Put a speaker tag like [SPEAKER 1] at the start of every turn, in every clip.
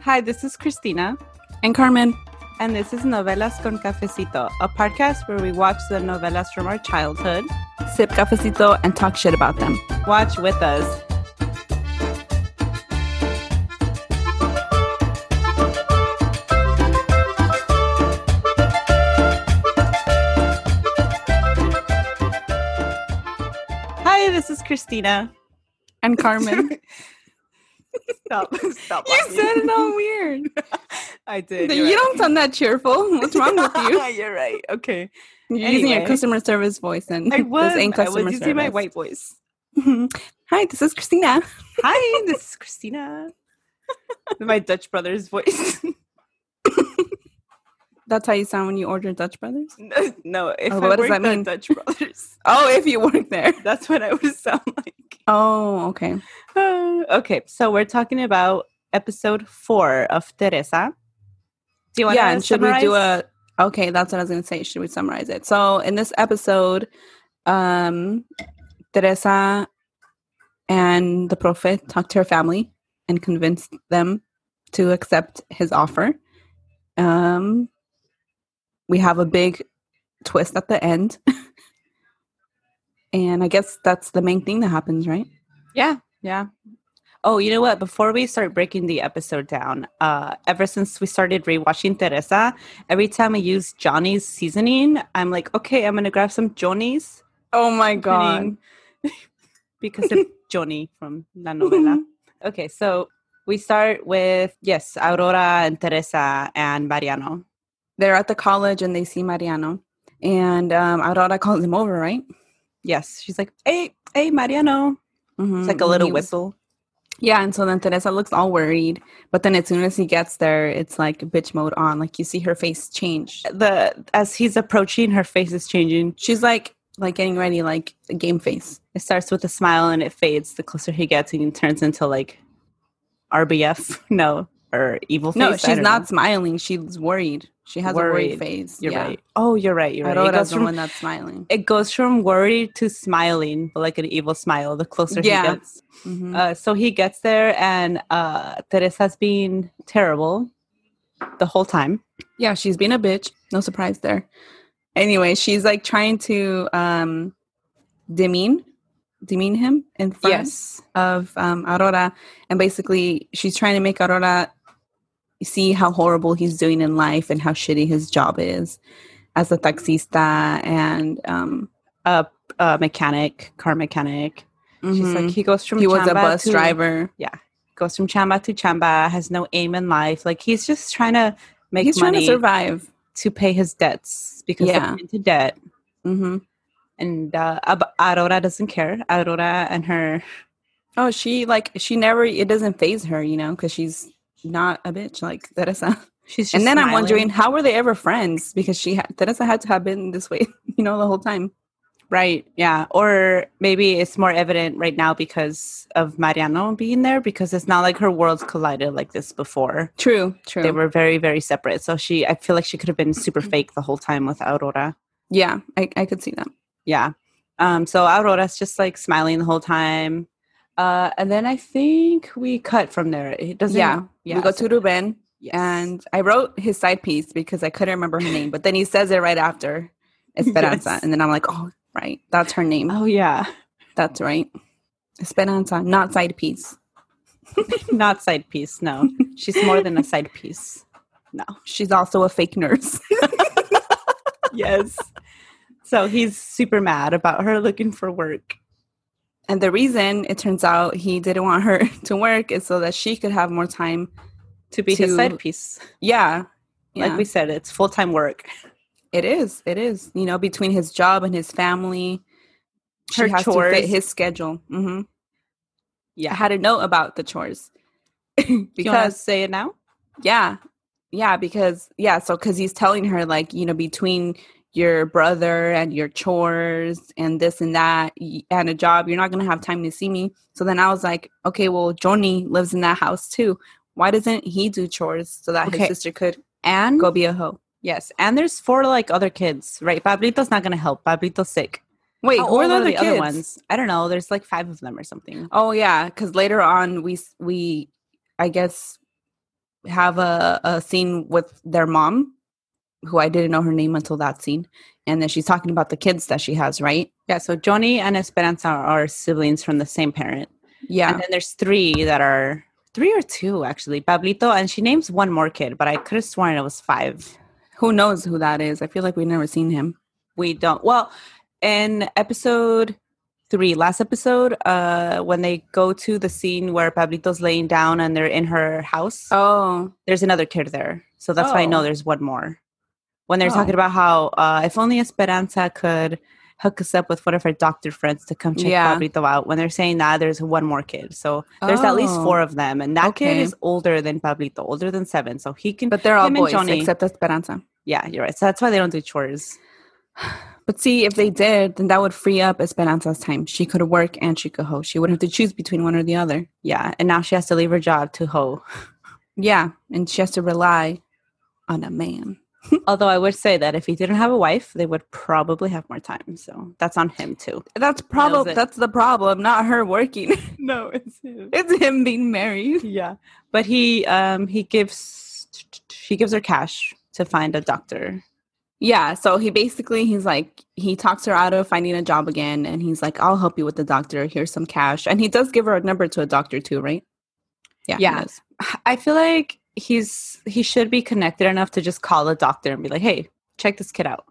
[SPEAKER 1] Hi, this is Christina. And Carmen. And this is Novelas con Cafecito, a podcast where we watch the novelas from our childhood, sip cafecito, and talk shit about them. Watch with us. Hi, this is Christina. And Carmen. Stop. Stop.
[SPEAKER 2] You said it all weird.
[SPEAKER 1] I did.
[SPEAKER 2] you don't sound that cheerful. What's wrong with you?
[SPEAKER 1] you're right. Okay.
[SPEAKER 2] You're using your
[SPEAKER 1] Anyway.
[SPEAKER 2] customer service voice, and
[SPEAKER 1] I was.
[SPEAKER 2] this ain't
[SPEAKER 1] I was
[SPEAKER 2] customer
[SPEAKER 1] using my white voice.
[SPEAKER 2] service. Hi, this is Christina.
[SPEAKER 1] Hi, this is Christina. my Dutch brother's voice.
[SPEAKER 2] That's how you sound when you order Dutch Brothers.
[SPEAKER 1] No, no, if
[SPEAKER 2] Oh,
[SPEAKER 1] I
[SPEAKER 2] what does that
[SPEAKER 1] worked
[SPEAKER 2] mean?
[SPEAKER 1] at Dutch Brothers,
[SPEAKER 2] Oh, if you work there.
[SPEAKER 1] that's what I would sound like.
[SPEAKER 2] Oh, okay. Oh.
[SPEAKER 1] Uh, okay, so we're talking about episode four of Teresa. Do you want
[SPEAKER 2] yeah,
[SPEAKER 1] to
[SPEAKER 2] and should we do a? Okay, that's what I was gonna say. Should we summarize it? So in this episode, um, Teresa and the Prophet talked to her family and convinced them to accept his offer. Um, we have a big twist at the end, and I guess that's the main thing that happens, right?
[SPEAKER 1] Yeah, yeah. Oh, you know what? Before we start breaking the episode down, uh, ever since we started rewatching Teresa, every time I use Johnny's seasoning, I'm like, okay, I'm gonna grab some Johnny's
[SPEAKER 2] Oh my
[SPEAKER 1] God. because of Johnny from La Novela. Okay, so we start with yes, Aurora and Teresa and Mariano.
[SPEAKER 2] They're at the college and they see Mariano, and um, Aurora calls him over, right?
[SPEAKER 1] Yes, she's like, hey, hey, Mariano. It's like a
[SPEAKER 2] Mhm,
[SPEAKER 1] little
[SPEAKER 2] he was-
[SPEAKER 1] whistle.
[SPEAKER 2] Yeah, and so then Teresa looks all worried, but then as soon as he gets there, it's like bitch mode on. Like you see her face change.
[SPEAKER 1] The as he's approaching, her face is changing.
[SPEAKER 2] She's like like getting ready, like a game face.
[SPEAKER 1] It starts with a smile and it fades the closer he gets, and it turns into like RBF, no, or evil face.
[SPEAKER 2] No,
[SPEAKER 1] I
[SPEAKER 2] she's
[SPEAKER 1] don't
[SPEAKER 2] not
[SPEAKER 1] know.
[SPEAKER 2] smiling. She's worried. She has a worried
[SPEAKER 1] Worried.
[SPEAKER 2] face.
[SPEAKER 1] You're
[SPEAKER 2] yeah.
[SPEAKER 1] right. Oh, you're right. You're right. It
[SPEAKER 2] Aurora's
[SPEAKER 1] goes
[SPEAKER 2] the
[SPEAKER 1] from-
[SPEAKER 2] one that's smiling.
[SPEAKER 1] it goes from worried to smiling, but like an evil smile. The closer he
[SPEAKER 2] Yeah.
[SPEAKER 1] gets.
[SPEAKER 2] Mhm.
[SPEAKER 1] Uh, so he gets there, and uh, Teresa's been terrible the whole time.
[SPEAKER 2] yeah, she's being a bitch. No surprise there. Anyway, she's like trying to um demean demean him in front of um, Aurora, and basically she's trying to make Aurora see how horrible he's doing in life and how shitty his job is as a taxista. And um,
[SPEAKER 1] a, a uh, mechanic, car mechanic. She's like,
[SPEAKER 2] mhm.
[SPEAKER 1] he goes Mm-hmm. from
[SPEAKER 2] he was
[SPEAKER 1] chamba
[SPEAKER 2] a bus
[SPEAKER 1] to-
[SPEAKER 2] driver.
[SPEAKER 1] goes from chamba to chamba, has no aim in life. Like he's just trying to make
[SPEAKER 2] he's
[SPEAKER 1] money
[SPEAKER 2] trying to survive.
[SPEAKER 1] to pay his debts because
[SPEAKER 2] Yeah.
[SPEAKER 1] they're into debt.
[SPEAKER 2] hmm
[SPEAKER 1] And uh, Ab- Aurora doesn't care. Aurora and her
[SPEAKER 2] Oh, she like she never. It doesn't phase her, you know, because she's not a bitch like Teresa.
[SPEAKER 1] she's just
[SPEAKER 2] And then I'm
[SPEAKER 1] smiling.
[SPEAKER 2] wondering how were they ever friends? Because she had Teresa had to have been this way, you know, the whole time.
[SPEAKER 1] right? Yeah, or maybe it's more evident right now because of Mariano being there because it's not like her worlds collided like this before.
[SPEAKER 2] True, true.
[SPEAKER 1] They were very very separate. So she, I feel like she could have been super fake the whole time with Aurora.
[SPEAKER 2] yeah, I, I could see that.
[SPEAKER 1] yeah um so aurora's just like smiling the whole time uh and then i think we cut from there it doesn't
[SPEAKER 2] Yeah,
[SPEAKER 1] yeah
[SPEAKER 2] we go
[SPEAKER 1] so-
[SPEAKER 2] to Ruben.
[SPEAKER 1] Yes.
[SPEAKER 2] And I wrote his side piece because I couldn't remember her name, but then he says it right after Esperanza.
[SPEAKER 1] Yes.
[SPEAKER 2] And then I'm like, oh, right. That's her name.
[SPEAKER 1] oh yeah,
[SPEAKER 2] That's right. Esperanza, not side piece.
[SPEAKER 1] not side piece. No, she's more than a side piece. No.
[SPEAKER 2] She's also a fake nurse.
[SPEAKER 1] yes. So he's super mad about her looking for work.
[SPEAKER 2] and the reason it turns out he didn't want her to work is so that she could have more time.
[SPEAKER 1] To be his
[SPEAKER 2] To-
[SPEAKER 1] side piece.
[SPEAKER 2] Yeah.
[SPEAKER 1] Like we said, it's full time work.
[SPEAKER 2] It is. It is. You know, between his job and his family,
[SPEAKER 1] Her
[SPEAKER 2] she has to fit
[SPEAKER 1] chores.
[SPEAKER 2] his schedule. hmm I
[SPEAKER 1] Yeah.
[SPEAKER 2] had a note about the chores
[SPEAKER 1] you want to
[SPEAKER 2] because
[SPEAKER 1] say it now?
[SPEAKER 2] yeah, yeah, because yeah, so because he's telling her like you know between your brother and your chores and this and that y- and a job, you're not gonna have time to see me. So then I was like, okay, well, Johnny lives in that house too. Why doesn't he do chores so that
[SPEAKER 1] Okay.
[SPEAKER 2] his sister could
[SPEAKER 1] And
[SPEAKER 2] go be a hoe?
[SPEAKER 1] yes, and there's four like other kids, right? Pablito's not gonna help. Pablito's sick.
[SPEAKER 2] Wait,
[SPEAKER 1] How
[SPEAKER 2] who are
[SPEAKER 1] old
[SPEAKER 2] the, other, kids?
[SPEAKER 1] ones? I don't know. There's like five of them or something.
[SPEAKER 2] Oh yeah, because later on we s- we I guess have a, a scene with their mom, who I didn't know her name until that scene, and then she's talking about the kids that she has, right?
[SPEAKER 1] Yeah. So Johnny and Esperanza are siblings from the same parent,
[SPEAKER 2] Yeah,
[SPEAKER 1] and then there's three that are three or two actually. Pablito, and she names one more kid, but I could have sworn it was five.
[SPEAKER 2] who knows who that is? I feel like we've never seen him.
[SPEAKER 1] we don't well in episode three last episode uh when they go to the scene where pablito's laying down and they're in her house
[SPEAKER 2] Oh,
[SPEAKER 1] there's another kid there so that's why i know
[SPEAKER 2] Oh.
[SPEAKER 1] there's one more when they're
[SPEAKER 2] Oh.
[SPEAKER 1] talking about how uh if only esperanza could hook us up with one of her doctor friends to come check
[SPEAKER 2] Yeah.
[SPEAKER 1] pablito out when they're saying that there's one more kid so there's at least
[SPEAKER 2] Oh.
[SPEAKER 1] four of them and that
[SPEAKER 2] Okay.
[SPEAKER 1] kid is older than pablito older than seven so he can
[SPEAKER 2] but they're all
[SPEAKER 1] him and
[SPEAKER 2] boys
[SPEAKER 1] Johnny-
[SPEAKER 2] except Esperanza.
[SPEAKER 1] yeah you're right so that's why they don't do chores
[SPEAKER 2] But see, if they did, then that would free up Esperanza's time. She could work and she could hoe. She wouldn't have to choose between one or the other.
[SPEAKER 1] yeah and now she has to leave her job to hoe
[SPEAKER 2] Yeah, and she has to rely on a man.
[SPEAKER 1] Although I would say that if he didn't have a wife, they would probably have more time. So that's on him too.
[SPEAKER 2] That's
[SPEAKER 1] Nails
[SPEAKER 2] problem.
[SPEAKER 1] it.
[SPEAKER 2] That's the problem. Not her working.
[SPEAKER 1] No, it's him.
[SPEAKER 2] it's him being married.
[SPEAKER 1] Yeah, but he um he gives she gives her cash to find a doctor.
[SPEAKER 2] Yeah. So he basically he's like he talks her out of finding a job again, and he's like, "I'll help you with the doctor. Here's some cash." And he does give her a number to a doctor too, right? Yeah. he
[SPEAKER 1] Yeah.
[SPEAKER 2] does.
[SPEAKER 1] I feel like he's he should be connected enough to just call a doctor and be like, "Hey, check this kid out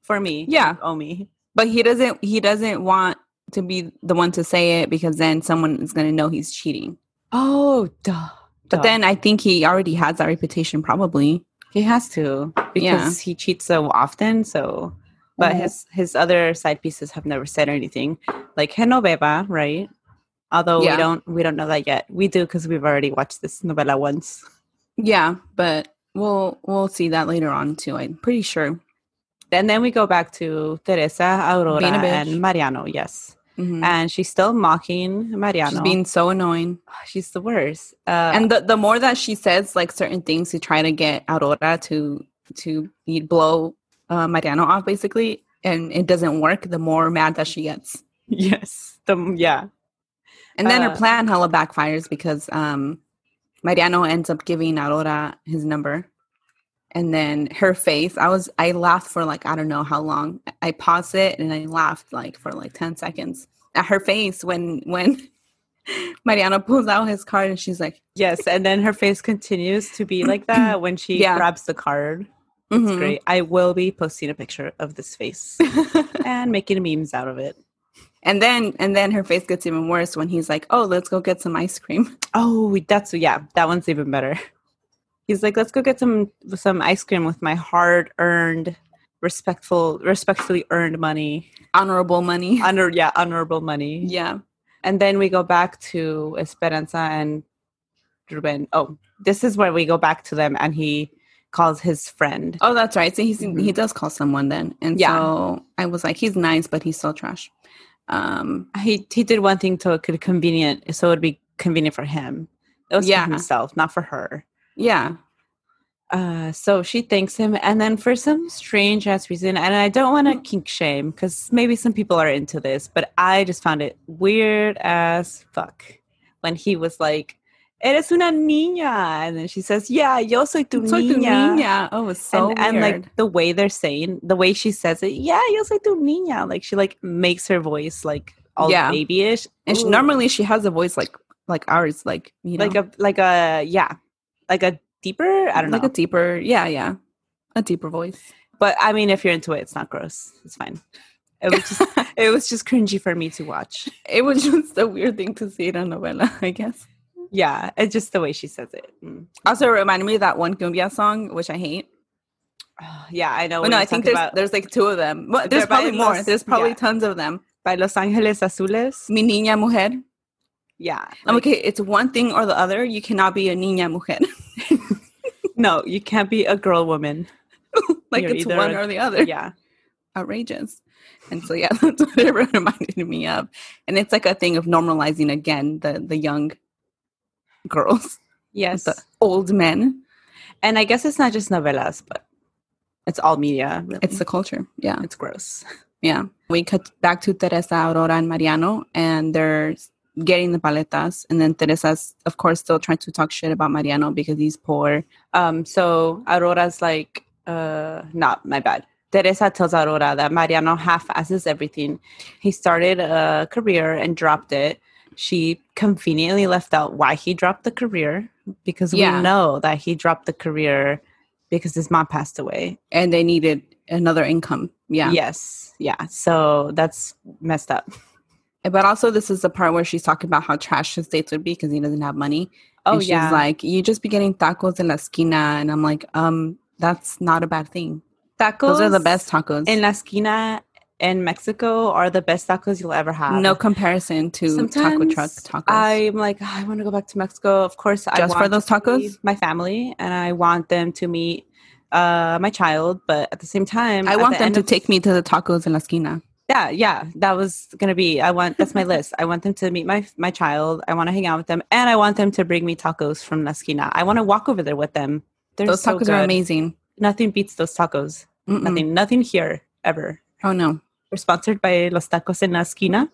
[SPEAKER 1] for me."
[SPEAKER 2] Yeah.
[SPEAKER 1] oh me.
[SPEAKER 2] But he doesn't. He doesn't want to be the one to say it because then someone is going to know he's cheating.
[SPEAKER 1] Oh, duh.
[SPEAKER 2] But then I think he already has that reputation, probably.
[SPEAKER 1] he has to because he cheats so often. So, but
[SPEAKER 2] Mhm.
[SPEAKER 1] his his other side pieces have never said anything, like Genoveva, right? Although
[SPEAKER 2] Yeah.
[SPEAKER 1] we don't we don't know that yet. We do because we've already watched this novella once.
[SPEAKER 2] Yeah, but we'll we'll see that later on too. I'm pretty sure.
[SPEAKER 1] And then we go back to Teresa, Aurora,
[SPEAKER 2] Being a bitch.
[SPEAKER 1] and Mariano. Yes,
[SPEAKER 2] Mhm.
[SPEAKER 1] and she's still mocking Mariano.
[SPEAKER 2] She's being so annoying.
[SPEAKER 1] She's the worst. Uh,
[SPEAKER 2] and the, the more that she says like certain things to try to get Aurora to to be- blow uh, Mariano off basically and it doesn't work the more mad that she gets
[SPEAKER 1] yes, the yeah,
[SPEAKER 2] and then
[SPEAKER 1] Uh.
[SPEAKER 2] her plan hella backfires because um Mariano ends up giving Aurora his number and then her face I was I laughed for like I don't know how long I paused it and I laughed like for like 10 seconds at her face when when Mariano pulls out his card and she's like
[SPEAKER 1] yes. And then her face continues to be like that when she
[SPEAKER 2] Yeah.
[SPEAKER 1] grabs the card. It's
[SPEAKER 2] "Mhm."
[SPEAKER 1] great. I will be posting a picture of this face and making memes out of it.
[SPEAKER 2] And then and then her face gets even worse when he's like, "Oh, let's go get some ice cream."
[SPEAKER 1] Oh, that's yeah, that one's even better. He's like, let's go get some some ice cream with my hard earned, respectful, respectfully earned money.
[SPEAKER 2] Honorable money.
[SPEAKER 1] Honor, yeah, honorable money.
[SPEAKER 2] yeah.
[SPEAKER 1] And then we go back to Esperanza and Ruben. Oh, this is where we go back to them, and he calls his friend.
[SPEAKER 2] Oh, that's right. So he's
[SPEAKER 1] Mhm.
[SPEAKER 2] he does call someone then. And
[SPEAKER 1] Yeah.
[SPEAKER 2] so I was like, he's nice, but he's so trash. Um
[SPEAKER 1] he he did one thing to it could convenient so it would be convenient for him it was
[SPEAKER 2] Yeah.
[SPEAKER 1] for himself not for her
[SPEAKER 2] yeah.
[SPEAKER 1] uh so she thanks him and then for some strange ass reason and i don't want to kink shame because maybe some people are into this but i just found it weird as fuck when he was like eres una niña. And then she says, yeah, yo soy tu
[SPEAKER 2] Soy
[SPEAKER 1] niña.
[SPEAKER 2] tu niña. Oh, it's so
[SPEAKER 1] and, and
[SPEAKER 2] weird.
[SPEAKER 1] like the way they're saying, the way she says it, yeah, yo soy tu niña. Like she like makes her voice like all
[SPEAKER 2] Yeah.
[SPEAKER 1] babyish.
[SPEAKER 2] and she,
[SPEAKER 1] Ooh.
[SPEAKER 2] normally she has a voice like like ours, like you know,
[SPEAKER 1] like a like a yeah, like a deeper. I don't
[SPEAKER 2] like
[SPEAKER 1] know.
[SPEAKER 2] a deeper, yeah, yeah, a deeper voice.
[SPEAKER 1] but I mean, if you're into it, it's not gross. It's fine. It was just it was just cringy for me to watch.
[SPEAKER 2] It was just a weird thing to see in a novela, I guess.
[SPEAKER 1] Yeah, it's just the way she says it. Mm.
[SPEAKER 2] Also, it reminded me of that one cumbia song, which I hate.
[SPEAKER 1] Oh, yeah, I know.
[SPEAKER 2] Oh,
[SPEAKER 1] what
[SPEAKER 2] no,
[SPEAKER 1] you're
[SPEAKER 2] I think
[SPEAKER 1] talking
[SPEAKER 2] there's
[SPEAKER 1] about.
[SPEAKER 2] there's like two of them. Well,
[SPEAKER 1] They're
[SPEAKER 2] there's probably
[SPEAKER 1] by
[SPEAKER 2] more.
[SPEAKER 1] Los-
[SPEAKER 2] There's probably
[SPEAKER 1] yeah.
[SPEAKER 2] tons of them.
[SPEAKER 1] by Los Angeles Azules.
[SPEAKER 2] Mi niña mujer.
[SPEAKER 1] Yeah.
[SPEAKER 2] I'm
[SPEAKER 1] like-
[SPEAKER 2] okay, it's one thing or the other. You cannot be a niña mujer.
[SPEAKER 1] No, you can't be a girl woman.
[SPEAKER 2] like
[SPEAKER 1] You're
[SPEAKER 2] it's
[SPEAKER 1] either
[SPEAKER 2] one
[SPEAKER 1] a-
[SPEAKER 2] or the other.
[SPEAKER 1] Yeah.
[SPEAKER 2] Outrageous. And so yeah, that's what it reminded me of. And it's like a thing of normalizing again the the young girls,
[SPEAKER 1] Yes.
[SPEAKER 2] the old men.
[SPEAKER 1] And I guess it's not just novellas, but it's all media. really.
[SPEAKER 2] It's the culture. Yeah.
[SPEAKER 1] it's gross.
[SPEAKER 2] Yeah. We cut back to Teresa, Aurora, and Mariano, and they're s- getting the paletas. And then Teresa's, of course, still trying to talk shit about Mariano because he's poor.
[SPEAKER 1] Um, so Aurora's like, uh, not my bad. Teresa tells Aurora that Mariano half asses everything. He started a career and dropped it. She conveniently left out why he dropped the career because
[SPEAKER 2] Yeah.
[SPEAKER 1] we know that he dropped the career because his mom passed away.
[SPEAKER 2] And they needed another income. Yeah.
[SPEAKER 1] Yes. Yeah. So that's messed up.
[SPEAKER 2] But also, this is the part where she's talking about how trash his dates would be because he doesn't have money.
[SPEAKER 1] Oh,
[SPEAKER 2] and she's
[SPEAKER 1] yeah.
[SPEAKER 2] like, you just be getting tacos en la esquina. And I'm like, um, that's not a bad thing.
[SPEAKER 1] tacos
[SPEAKER 2] Those are the best tacos.
[SPEAKER 1] in La Esquina in Mexico are the best tacos you'll ever have.
[SPEAKER 2] no comparison to taco truck tacos.
[SPEAKER 1] I'm like, "Ah, I want to go back to Mexico. Of course, I
[SPEAKER 2] Just for
[SPEAKER 1] want
[SPEAKER 2] those
[SPEAKER 1] to meet
[SPEAKER 2] tacos?
[SPEAKER 1] my family, and I want them to meet uh, my child. But at the same time,
[SPEAKER 2] I
[SPEAKER 1] at
[SPEAKER 2] want
[SPEAKER 1] the
[SPEAKER 2] them
[SPEAKER 1] end
[SPEAKER 2] to
[SPEAKER 1] of-
[SPEAKER 2] take me to the tacos en la esquina.
[SPEAKER 1] Yeah, yeah, that was gonna be. I want that's my list. I want them to meet my my child. I want to hang out with them, and I want them to bring me tacos from La Esquina. I want to walk over there with them. They're
[SPEAKER 2] Those
[SPEAKER 1] so
[SPEAKER 2] tacos are
[SPEAKER 1] good.
[SPEAKER 2] amazing. Mm.
[SPEAKER 1] Nothing beats those tacos.
[SPEAKER 2] Mm-mm.
[SPEAKER 1] Nothing. Nothing here ever.
[SPEAKER 2] Oh no,
[SPEAKER 1] We're sponsored by Los Tacos en la Esquina.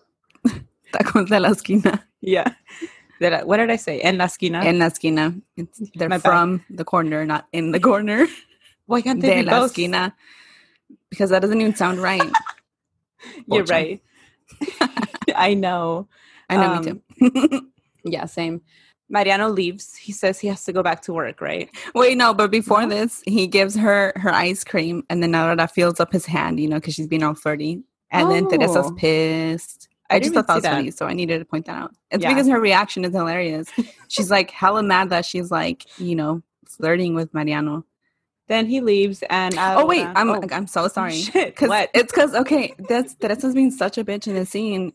[SPEAKER 2] tacos de la esquina.
[SPEAKER 1] Yeah. Did I- what did I say? En la esquina.
[SPEAKER 2] En la esquina. It's, they're
[SPEAKER 1] My bad.
[SPEAKER 2] from the corner, not in the corner.
[SPEAKER 1] Why can't
[SPEAKER 2] de
[SPEAKER 1] they be
[SPEAKER 2] la
[SPEAKER 1] both?
[SPEAKER 2] esquina. Because that doesn't even sound right.
[SPEAKER 1] You're
[SPEAKER 2] Bocha.
[SPEAKER 1] right. I know.
[SPEAKER 2] I know
[SPEAKER 1] Um,
[SPEAKER 2] we do.
[SPEAKER 1] Yeah, same. Mariano leaves. He says he has to go back to work, right?
[SPEAKER 2] Wait, no, but before
[SPEAKER 1] Mm-hmm.
[SPEAKER 2] this, he gives her her ice cream, and then Aurora feels up his hand, you know, because she's being all flirty. And then Teresa's
[SPEAKER 1] Oh.
[SPEAKER 2] pissed.
[SPEAKER 1] I
[SPEAKER 2] I, just thought
[SPEAKER 1] didn't
[SPEAKER 2] that was
[SPEAKER 1] see that.
[SPEAKER 2] funny, so I needed to point that out. It's
[SPEAKER 1] Yeah.
[SPEAKER 2] because her reaction is hilarious. she's like hella mad that she's like, you know, flirting with Mariano.
[SPEAKER 1] Then he leaves, and uh,
[SPEAKER 2] Oh wait, I'm
[SPEAKER 1] oh,
[SPEAKER 2] I'm so sorry.
[SPEAKER 1] Shit,
[SPEAKER 2] 'Cause
[SPEAKER 1] what?
[SPEAKER 2] It's because okay, that's Teresa's being such a bitch in the scene,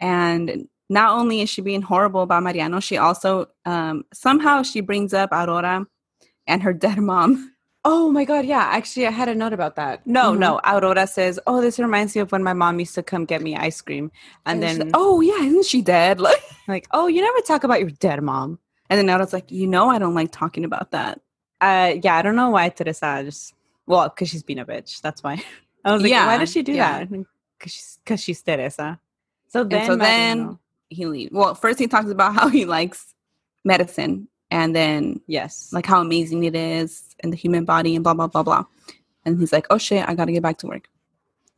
[SPEAKER 2] and not only is she being horrible about Mariano, she also um, somehow she brings up Aurora and her dead mom.
[SPEAKER 1] oh my god, yeah. Actually, I had a note about that. No,
[SPEAKER 2] Mhm.
[SPEAKER 1] no. Aurora says, "Oh, this reminds me of when my mom used to come get me ice cream," and,
[SPEAKER 2] she's
[SPEAKER 1] then
[SPEAKER 2] like, oh yeah, isn't she dead? Like,
[SPEAKER 1] like, "Oh, you never talk about your dead mom."
[SPEAKER 2] and then Aurora's like, you know, I don't like talking about that.
[SPEAKER 1] Uh, yeah, I don't know why Teresa just well, because she's been a bitch. That's why. I was like,
[SPEAKER 2] Yeah,
[SPEAKER 1] why does she do
[SPEAKER 2] yeah.
[SPEAKER 1] that? Because she's because she's Teresa. So then,
[SPEAKER 2] so
[SPEAKER 1] Mariano-
[SPEAKER 2] then- He leaves. Well, first he talks about how he likes medicine, and then
[SPEAKER 1] yes,
[SPEAKER 2] like how amazing it is and the human body and blah blah blah blah. And he's like, oh shit, I gotta get back to work.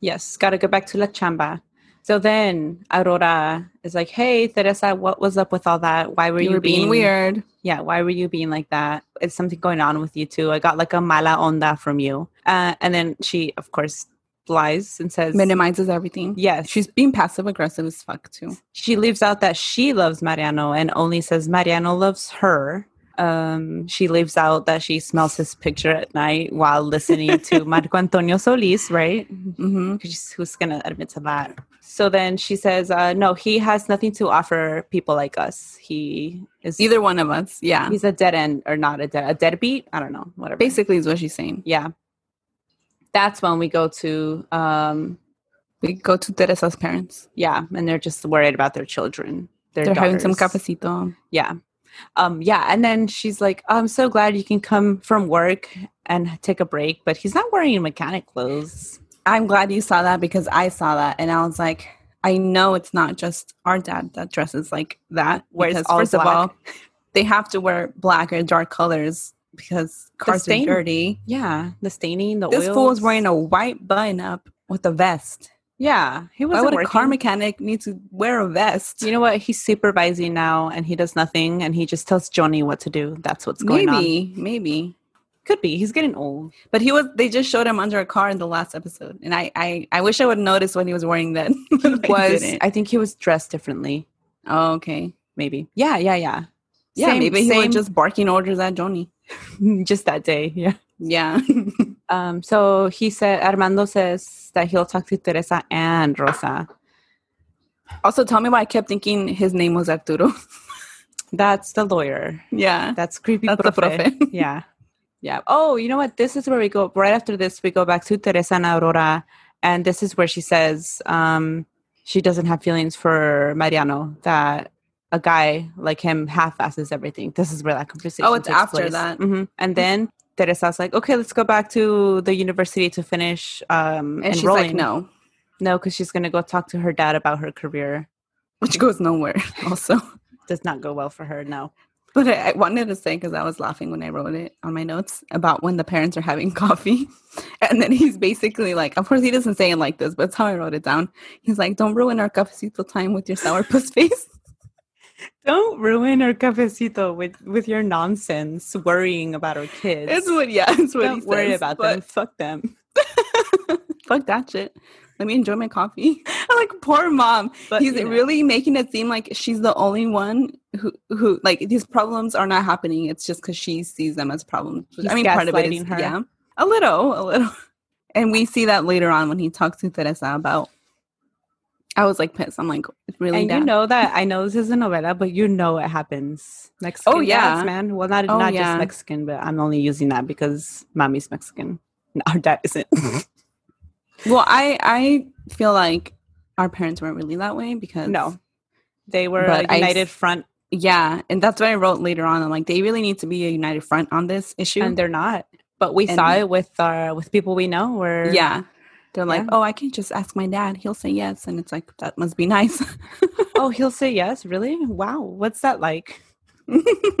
[SPEAKER 1] Yes, got to go back to La Chamba. So then Aurora is like, hey, Teresa, what was up with all that? Why were
[SPEAKER 2] you
[SPEAKER 1] you,
[SPEAKER 2] were being weird.
[SPEAKER 1] Yeah, why were you being like that? Is something going on with you too? I got like a mala onda from you. Uh, and then she, of course, lies and says,
[SPEAKER 2] Minimizes everything.
[SPEAKER 1] yes,
[SPEAKER 2] She's being passive aggressive as fuck too.
[SPEAKER 1] she leaves out that she loves Mariano and only says Mariano loves her. Um, she leaves out that she smells his picture at night while listening to Marco Antonio Solis, right?
[SPEAKER 2] hmm
[SPEAKER 1] Who's- who's gonna admit to that so then she says uh, no he has nothing to offer people like us he is
[SPEAKER 2] Either one of us. Yeah.
[SPEAKER 1] he's a dead end or not a dead a deadbeat i don't know whatever
[SPEAKER 2] Basically is what she's saying.
[SPEAKER 1] yeah that's when we go to um
[SPEAKER 2] We go to Teresa's parents.
[SPEAKER 1] yeah and they're just worried about their children their
[SPEAKER 2] They're having some
[SPEAKER 1] daughters.
[SPEAKER 2] cafecito.
[SPEAKER 1] yeah um yeah and then she's like i'm so glad you can come from work and take a break but he's not wearing mechanic clothes
[SPEAKER 2] I'm glad you saw that because I saw that and I was like, I know it's not just our dad that dresses like that.
[SPEAKER 1] Wears
[SPEAKER 2] because
[SPEAKER 1] all
[SPEAKER 2] first of all, they have to wear black or dark colors because cars are
[SPEAKER 1] stain.
[SPEAKER 2] dirty.
[SPEAKER 1] Yeah, the staining, the
[SPEAKER 2] This
[SPEAKER 1] oils.
[SPEAKER 2] fool is wearing a white button up with a vest.
[SPEAKER 1] Yeah, he was
[SPEAKER 2] Why would
[SPEAKER 1] working.
[SPEAKER 2] a car mechanic need to wear a vest?
[SPEAKER 1] You know what? He's supervising now, and he does nothing, and he just tells Johnny what to do. That's what's going on.
[SPEAKER 2] maybe, maybe.
[SPEAKER 1] Could be. He's getting old.
[SPEAKER 2] But he was. They just showed him under a car in the last episode, and I, I, I wish I would notice what he was wearing then. But I
[SPEAKER 1] Was
[SPEAKER 2] didn't.
[SPEAKER 1] I think he was dressed differently?
[SPEAKER 2] oh, okay.
[SPEAKER 1] Maybe. Yeah, yeah, yeah.
[SPEAKER 2] Yeah,
[SPEAKER 1] Same-
[SPEAKER 2] maybe he
[SPEAKER 1] same-
[SPEAKER 2] was just barking orders at Johnny.
[SPEAKER 1] just that day. Yeah.
[SPEAKER 2] Yeah.
[SPEAKER 1] Um, so he said Armando says that he'll talk to Teresa and Rosa.
[SPEAKER 2] also, tell me why I kept thinking his name was Arturo.
[SPEAKER 1] That's the lawyer.
[SPEAKER 2] yeah.
[SPEAKER 1] That's creepy.
[SPEAKER 2] That's the profe.
[SPEAKER 1] yeah. Yeah. Oh, you know what? This is where we go. Right after this, we go back to Teresa and Aurora. And this is where she says um, she doesn't have feelings for Mariano, that a guy like him half asses everything. This is where that conversation
[SPEAKER 2] Oh, it's
[SPEAKER 1] takes
[SPEAKER 2] after
[SPEAKER 1] place.
[SPEAKER 2] that. Mm-hmm.
[SPEAKER 1] Mhm. And then Teresa's like, okay, let's go back to the university to finish um,
[SPEAKER 2] And, she's
[SPEAKER 1] enrolling.
[SPEAKER 2] like, no,
[SPEAKER 1] No, because she's going to go talk to her dad about her career.
[SPEAKER 2] which goes nowhere. Also,
[SPEAKER 1] Does not go well for her, no.
[SPEAKER 2] but I, I wanted to say because I was laughing when I wrote it on my notes about when the parents are having coffee, and then he's basically like, of course he doesn't say it like this, but that's how I wrote it down. He's like, don't ruin our cafecito time with your sourpuss face.
[SPEAKER 1] Don't ruin our cafecito with, with your nonsense worrying about our kids.
[SPEAKER 2] it's what, yeah, it's what he
[SPEAKER 1] Don't worry
[SPEAKER 2] says,
[SPEAKER 1] about
[SPEAKER 2] but
[SPEAKER 1] them. Fuck them.
[SPEAKER 2] Fuck that shit. Let me enjoy my coffee. I'm like, poor mom.
[SPEAKER 1] But,
[SPEAKER 2] he's
[SPEAKER 1] you know.
[SPEAKER 2] really making it seem like she's the only one who, who like, these problems are not happening. It's just because she sees them as problems.
[SPEAKER 1] He's
[SPEAKER 2] I mean, part of it is,
[SPEAKER 1] gaslighting her.
[SPEAKER 2] yeah, a little, a little. And we see that later on when he talks to Teresa about. I was like pissed. I'm like, really?
[SPEAKER 1] And you
[SPEAKER 2] Dad?
[SPEAKER 1] know that I know this is a novela, but you know it happens. Mexican
[SPEAKER 2] Oh, yeah.
[SPEAKER 1] dads, man. Well, not
[SPEAKER 2] Oh,
[SPEAKER 1] not
[SPEAKER 2] yeah.
[SPEAKER 1] just Mexican, but I'm only using that because mommy's Mexican. No, Our dad isn't.
[SPEAKER 2] Well, I I feel like our parents weren't really that way because
[SPEAKER 1] no, they were
[SPEAKER 2] But
[SPEAKER 1] a
[SPEAKER 2] I
[SPEAKER 1] united
[SPEAKER 2] s-
[SPEAKER 1] front,
[SPEAKER 2] yeah, and that's what I wrote later on. I'm like, they really need to be a united front on this issue.
[SPEAKER 1] and they're not. But we saw
[SPEAKER 2] And-
[SPEAKER 1] it with our with people we know. Where
[SPEAKER 2] Yeah. They're like,
[SPEAKER 1] Yeah.
[SPEAKER 2] oh, I can just ask my dad. He'll say yes. And it's like, that must be nice.
[SPEAKER 1] oh, he'll say yes. Really? Wow. What's that like?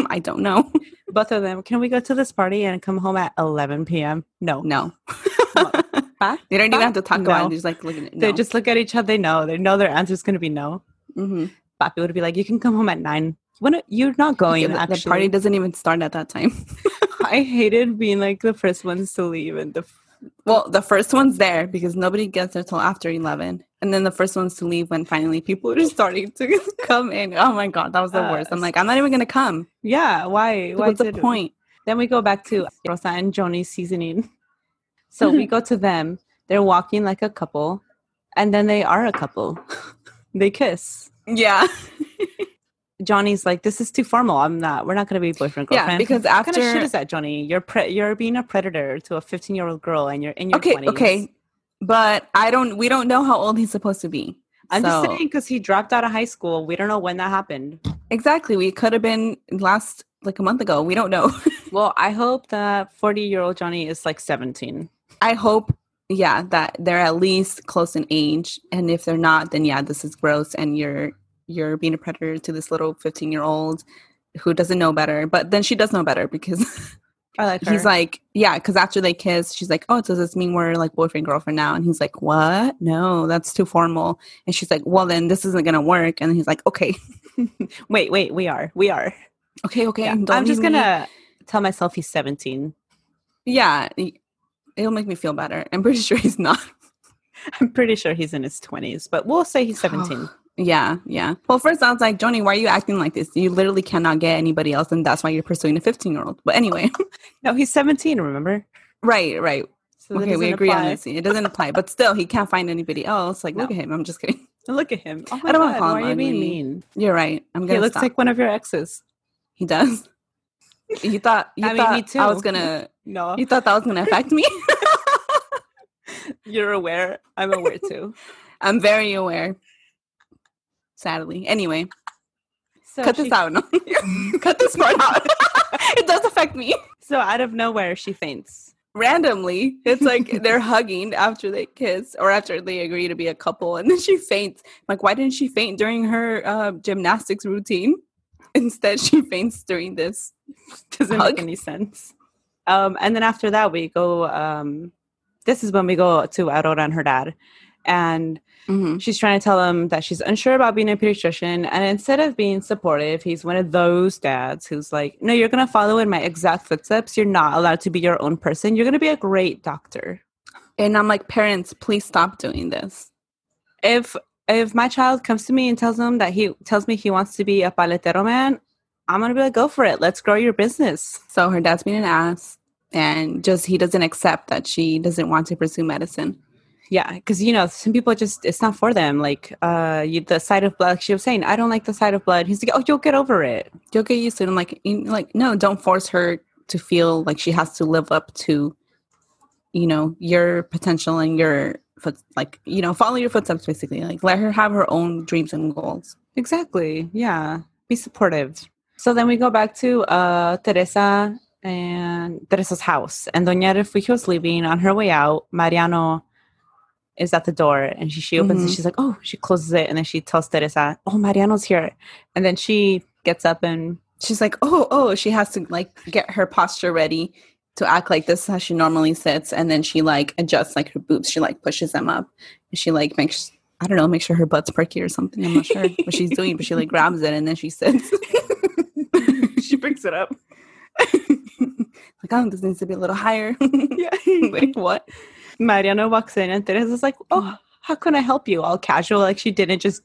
[SPEAKER 2] I don't know.
[SPEAKER 1] Both of them. Can we go to this party and come home at 11 p.m.? No.
[SPEAKER 2] No.
[SPEAKER 1] Huh?
[SPEAKER 2] They don't even
[SPEAKER 1] Huh?
[SPEAKER 2] have to talk about it.
[SPEAKER 1] No.
[SPEAKER 2] They're just like, looking at it.
[SPEAKER 1] They just look at each other. They know. They know their answer's going to be no.
[SPEAKER 2] hmm
[SPEAKER 1] Papi would be like, "You can come home at nine. When are- you're not going."
[SPEAKER 2] the,
[SPEAKER 1] actually,
[SPEAKER 2] the party doesn't even start at that time.
[SPEAKER 1] I hated being like the first ones to leave, and the f-
[SPEAKER 2] Well, the first one's there because nobody gets there till after 11. And then the first one's to leave when finally people are starting to come in. Oh my God, that was the worst. I'm
[SPEAKER 1] Yes.
[SPEAKER 2] like, I'm not even going to come.
[SPEAKER 1] yeah. Why? Why
[SPEAKER 2] What's the
[SPEAKER 1] did-
[SPEAKER 2] point?
[SPEAKER 1] Then we go back to Rosa and Joni's seasoning. So we go to them. They're walking like a couple, and then they are a couple. they kiss.
[SPEAKER 2] Yeah.
[SPEAKER 1] Johnny's like, "This is too formal. I'm not. We're not going to be boyfriend girlfriend."
[SPEAKER 2] Yeah. Because
[SPEAKER 1] what kind of shit
[SPEAKER 2] after
[SPEAKER 1] is that, Johnny? You're pre- you're being a predator to a 15 year old girl, and you're in your
[SPEAKER 2] okay
[SPEAKER 1] 20s.
[SPEAKER 2] okay but i don't we don't know how old he's supposed to be
[SPEAKER 1] I'm just
[SPEAKER 2] So-
[SPEAKER 1] saying because he dropped out of high school. We don't know when that happened.
[SPEAKER 2] exactly we could have been last like a month ago we don't know
[SPEAKER 1] Well, I hope that 40 year old Johnny is like 17.
[SPEAKER 2] i hope yeah that they're at least close in age and if they're not then yeah this is gross and you're you're being a predator to this little 15 year old who doesn't know better but then she does know better because
[SPEAKER 1] I like
[SPEAKER 2] he's like yeah because after they kiss she's like oh does this mean we're like boyfriend girlfriend now and he's like what no that's too formal and she's like well then this isn't gonna work and he's like okay
[SPEAKER 1] wait, wait, we are. We are.
[SPEAKER 2] Okay, okay.
[SPEAKER 1] Yeah.
[SPEAKER 2] don't
[SPEAKER 1] I'm just
[SPEAKER 2] leave
[SPEAKER 1] going
[SPEAKER 2] me-
[SPEAKER 1] to tell myself he's 17.
[SPEAKER 2] Yeah, y- it'll make me feel better. I'm pretty sure he's not.
[SPEAKER 1] I'm pretty sure he's in his 20s, but we'll say he's 17.
[SPEAKER 2] Yeah, yeah. Well, first I was like, Joni, why are you acting like this? You literally cannot get anybody else, and that's why you're pursuing a 15 year old. But anyway,
[SPEAKER 1] no, he's 17, remember?
[SPEAKER 2] right, right.
[SPEAKER 1] So that
[SPEAKER 2] okay, we
[SPEAKER 1] doesn't
[SPEAKER 2] agree on
[SPEAKER 1] apply.
[SPEAKER 2] this. It doesn't apply, but still, he can't find anybody else. Like, look at him. I'm just kidding.
[SPEAKER 1] Look at him. Oh my
[SPEAKER 2] I don't wanna
[SPEAKER 1] God,
[SPEAKER 2] call
[SPEAKER 1] why
[SPEAKER 2] him
[SPEAKER 1] are you being
[SPEAKER 2] ugly.
[SPEAKER 1] mean?
[SPEAKER 2] You're right. I'm gonna.
[SPEAKER 1] He looks
[SPEAKER 2] stop.
[SPEAKER 1] like one of your exes.
[SPEAKER 2] he does. You thought you
[SPEAKER 1] I mean,
[SPEAKER 2] thought
[SPEAKER 1] me
[SPEAKER 2] I was
[SPEAKER 1] too.
[SPEAKER 2] gonna.
[SPEAKER 1] No,
[SPEAKER 2] You thought that was gonna affect me.
[SPEAKER 1] you're aware. I'm aware too.
[SPEAKER 2] I'm very aware. Sadly, anyway,
[SPEAKER 1] So
[SPEAKER 2] cut this
[SPEAKER 1] she- Mm-hmm.
[SPEAKER 2] out. No. cut this part out. it does affect me.
[SPEAKER 1] So out of nowhere, she faints.
[SPEAKER 2] randomly. It's like they're hugging after they kiss or after they agree to be a couple, and then she faints. Like, why didn't she faint during her uh, gymnastics routine? Instead, she faints during this.
[SPEAKER 1] Doesn't
[SPEAKER 2] Hug?
[SPEAKER 1] make any sense. Um, and then after that, we go. Um, this is when we go to Aurora and her dad, and
[SPEAKER 2] Mm-hmm.
[SPEAKER 1] she's trying to tell him that she's unsure about being a pediatrician. And instead of being supportive, he's one of those dads who's like, "No, you're gonna follow in my exact footsteps. You're not allowed to be your own person. You're gonna be a great doctor."
[SPEAKER 2] And I'm like, parents, please stop doing this.
[SPEAKER 1] If if my child comes to me and tells him that he tells me he wants to be a paletero man, I'm gonna be like, "Go for it. Let's grow your business."
[SPEAKER 2] So her dad's being an ass, and just he doesn't accept that she doesn't want to pursue medicine.
[SPEAKER 1] Yeah, because you know some people just it's not for them. Like uh, you, the sight of blood. Like she was saying, I don't like the sight of blood. He's like, oh, you'll get over it.
[SPEAKER 2] You'll get used to it. I'm like, you, like no, don't force her to feel like she has to live up to, you know, your potential and your foot, like you know, follow your footsteps basically. Like let her have her own dreams and goals.
[SPEAKER 1] Exactly. Yeah, be supportive. So then we go back to uh, Teresa and Teresa's house, and Doña Refugio's leaving. On her way out, Mariano is at the door, and she, she opens it.
[SPEAKER 2] Mhm.
[SPEAKER 1] She's like, oh, she closes it, and then she tells Teresa, oh, Mariano's here, and then she gets up and
[SPEAKER 2] She's like, oh, oh, she has to like get her posture ready to act like this is how she normally sits, and then she like adjusts like her boobs. She like pushes them up, and she like makes I don't know, make sure her butt's perky or something. I'm not sure what she's doing, but she like grabs it and then she sits.
[SPEAKER 1] she brings it up.
[SPEAKER 2] like, oh, this needs to be a little higher.
[SPEAKER 1] Yeah.
[SPEAKER 2] like what?
[SPEAKER 1] Mariano walks in and Teresa's like, Oh, how can I help you? All casual, like she didn't just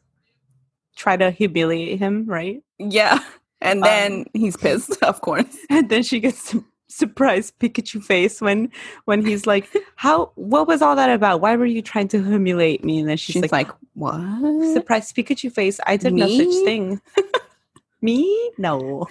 [SPEAKER 1] try to humiliate him, right?
[SPEAKER 2] Yeah. And then he's pissed, of course.
[SPEAKER 1] And then she gets some surprise Pikachu face when when he's like, How what was all that about? Why were you trying to humiliate me? And then she's,
[SPEAKER 2] She's like,
[SPEAKER 1] like,
[SPEAKER 2] what?
[SPEAKER 1] Surprise Pikachu face, I did no
[SPEAKER 2] Me?
[SPEAKER 1] such thing. me? No.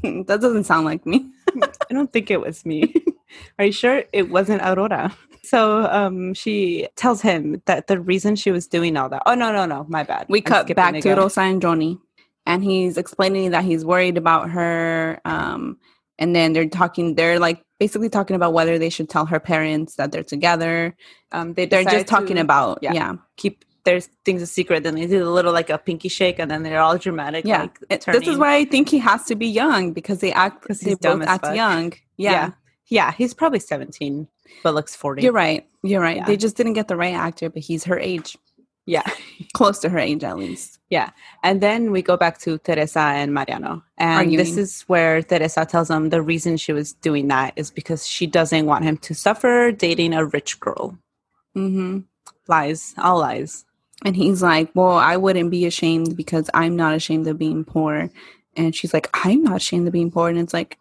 [SPEAKER 2] that doesn't sound like me.
[SPEAKER 1] I don't think it was me. Are you sure it wasn't Aurora? So um, she tells him that the reason she was doing all that. Oh no no no, my bad.
[SPEAKER 2] we
[SPEAKER 1] I'm
[SPEAKER 2] cut
[SPEAKER 1] skipping
[SPEAKER 2] back to
[SPEAKER 1] again.
[SPEAKER 2] Rosa and Johnny, and he's explaining that he's worried about her. Um, and then they're talking. They're like basically talking about whether they should tell her parents that they're together.
[SPEAKER 1] Um, they
[SPEAKER 2] They're
[SPEAKER 1] decide
[SPEAKER 2] just talking
[SPEAKER 1] to
[SPEAKER 2] about
[SPEAKER 1] yeah.
[SPEAKER 2] yeah, yeah.
[SPEAKER 1] keep their things a secret. Then they do a little like a pinky shake, and then they're all dramatic. like,
[SPEAKER 2] It- this is
[SPEAKER 1] turning.
[SPEAKER 2] why I think he has to be young because they act
[SPEAKER 1] 'Cause
[SPEAKER 2] they
[SPEAKER 1] he's
[SPEAKER 2] both
[SPEAKER 1] dumb as
[SPEAKER 2] act
[SPEAKER 1] fuck.
[SPEAKER 2] young. Yeah.
[SPEAKER 1] Yeah. yeah, he's probably seventeen, but looks 40
[SPEAKER 2] you're right. You're right.
[SPEAKER 1] Yeah.
[SPEAKER 2] They just didn't get the right actor, but he's her age,
[SPEAKER 1] Yeah,
[SPEAKER 2] close to her age at least.
[SPEAKER 1] and then we go back to Teresa and Mariano, and this
[SPEAKER 2] Arguing.
[SPEAKER 1] is where Teresa tells him the reason she was doing that is because she doesn't want him to suffer dating a rich girl.
[SPEAKER 2] hmm
[SPEAKER 1] Lies, all lies.
[SPEAKER 2] And he's like, Well, I wouldn't be ashamed because I'm not ashamed of being poor. And she's like, I'm not ashamed of being poor. And it's like,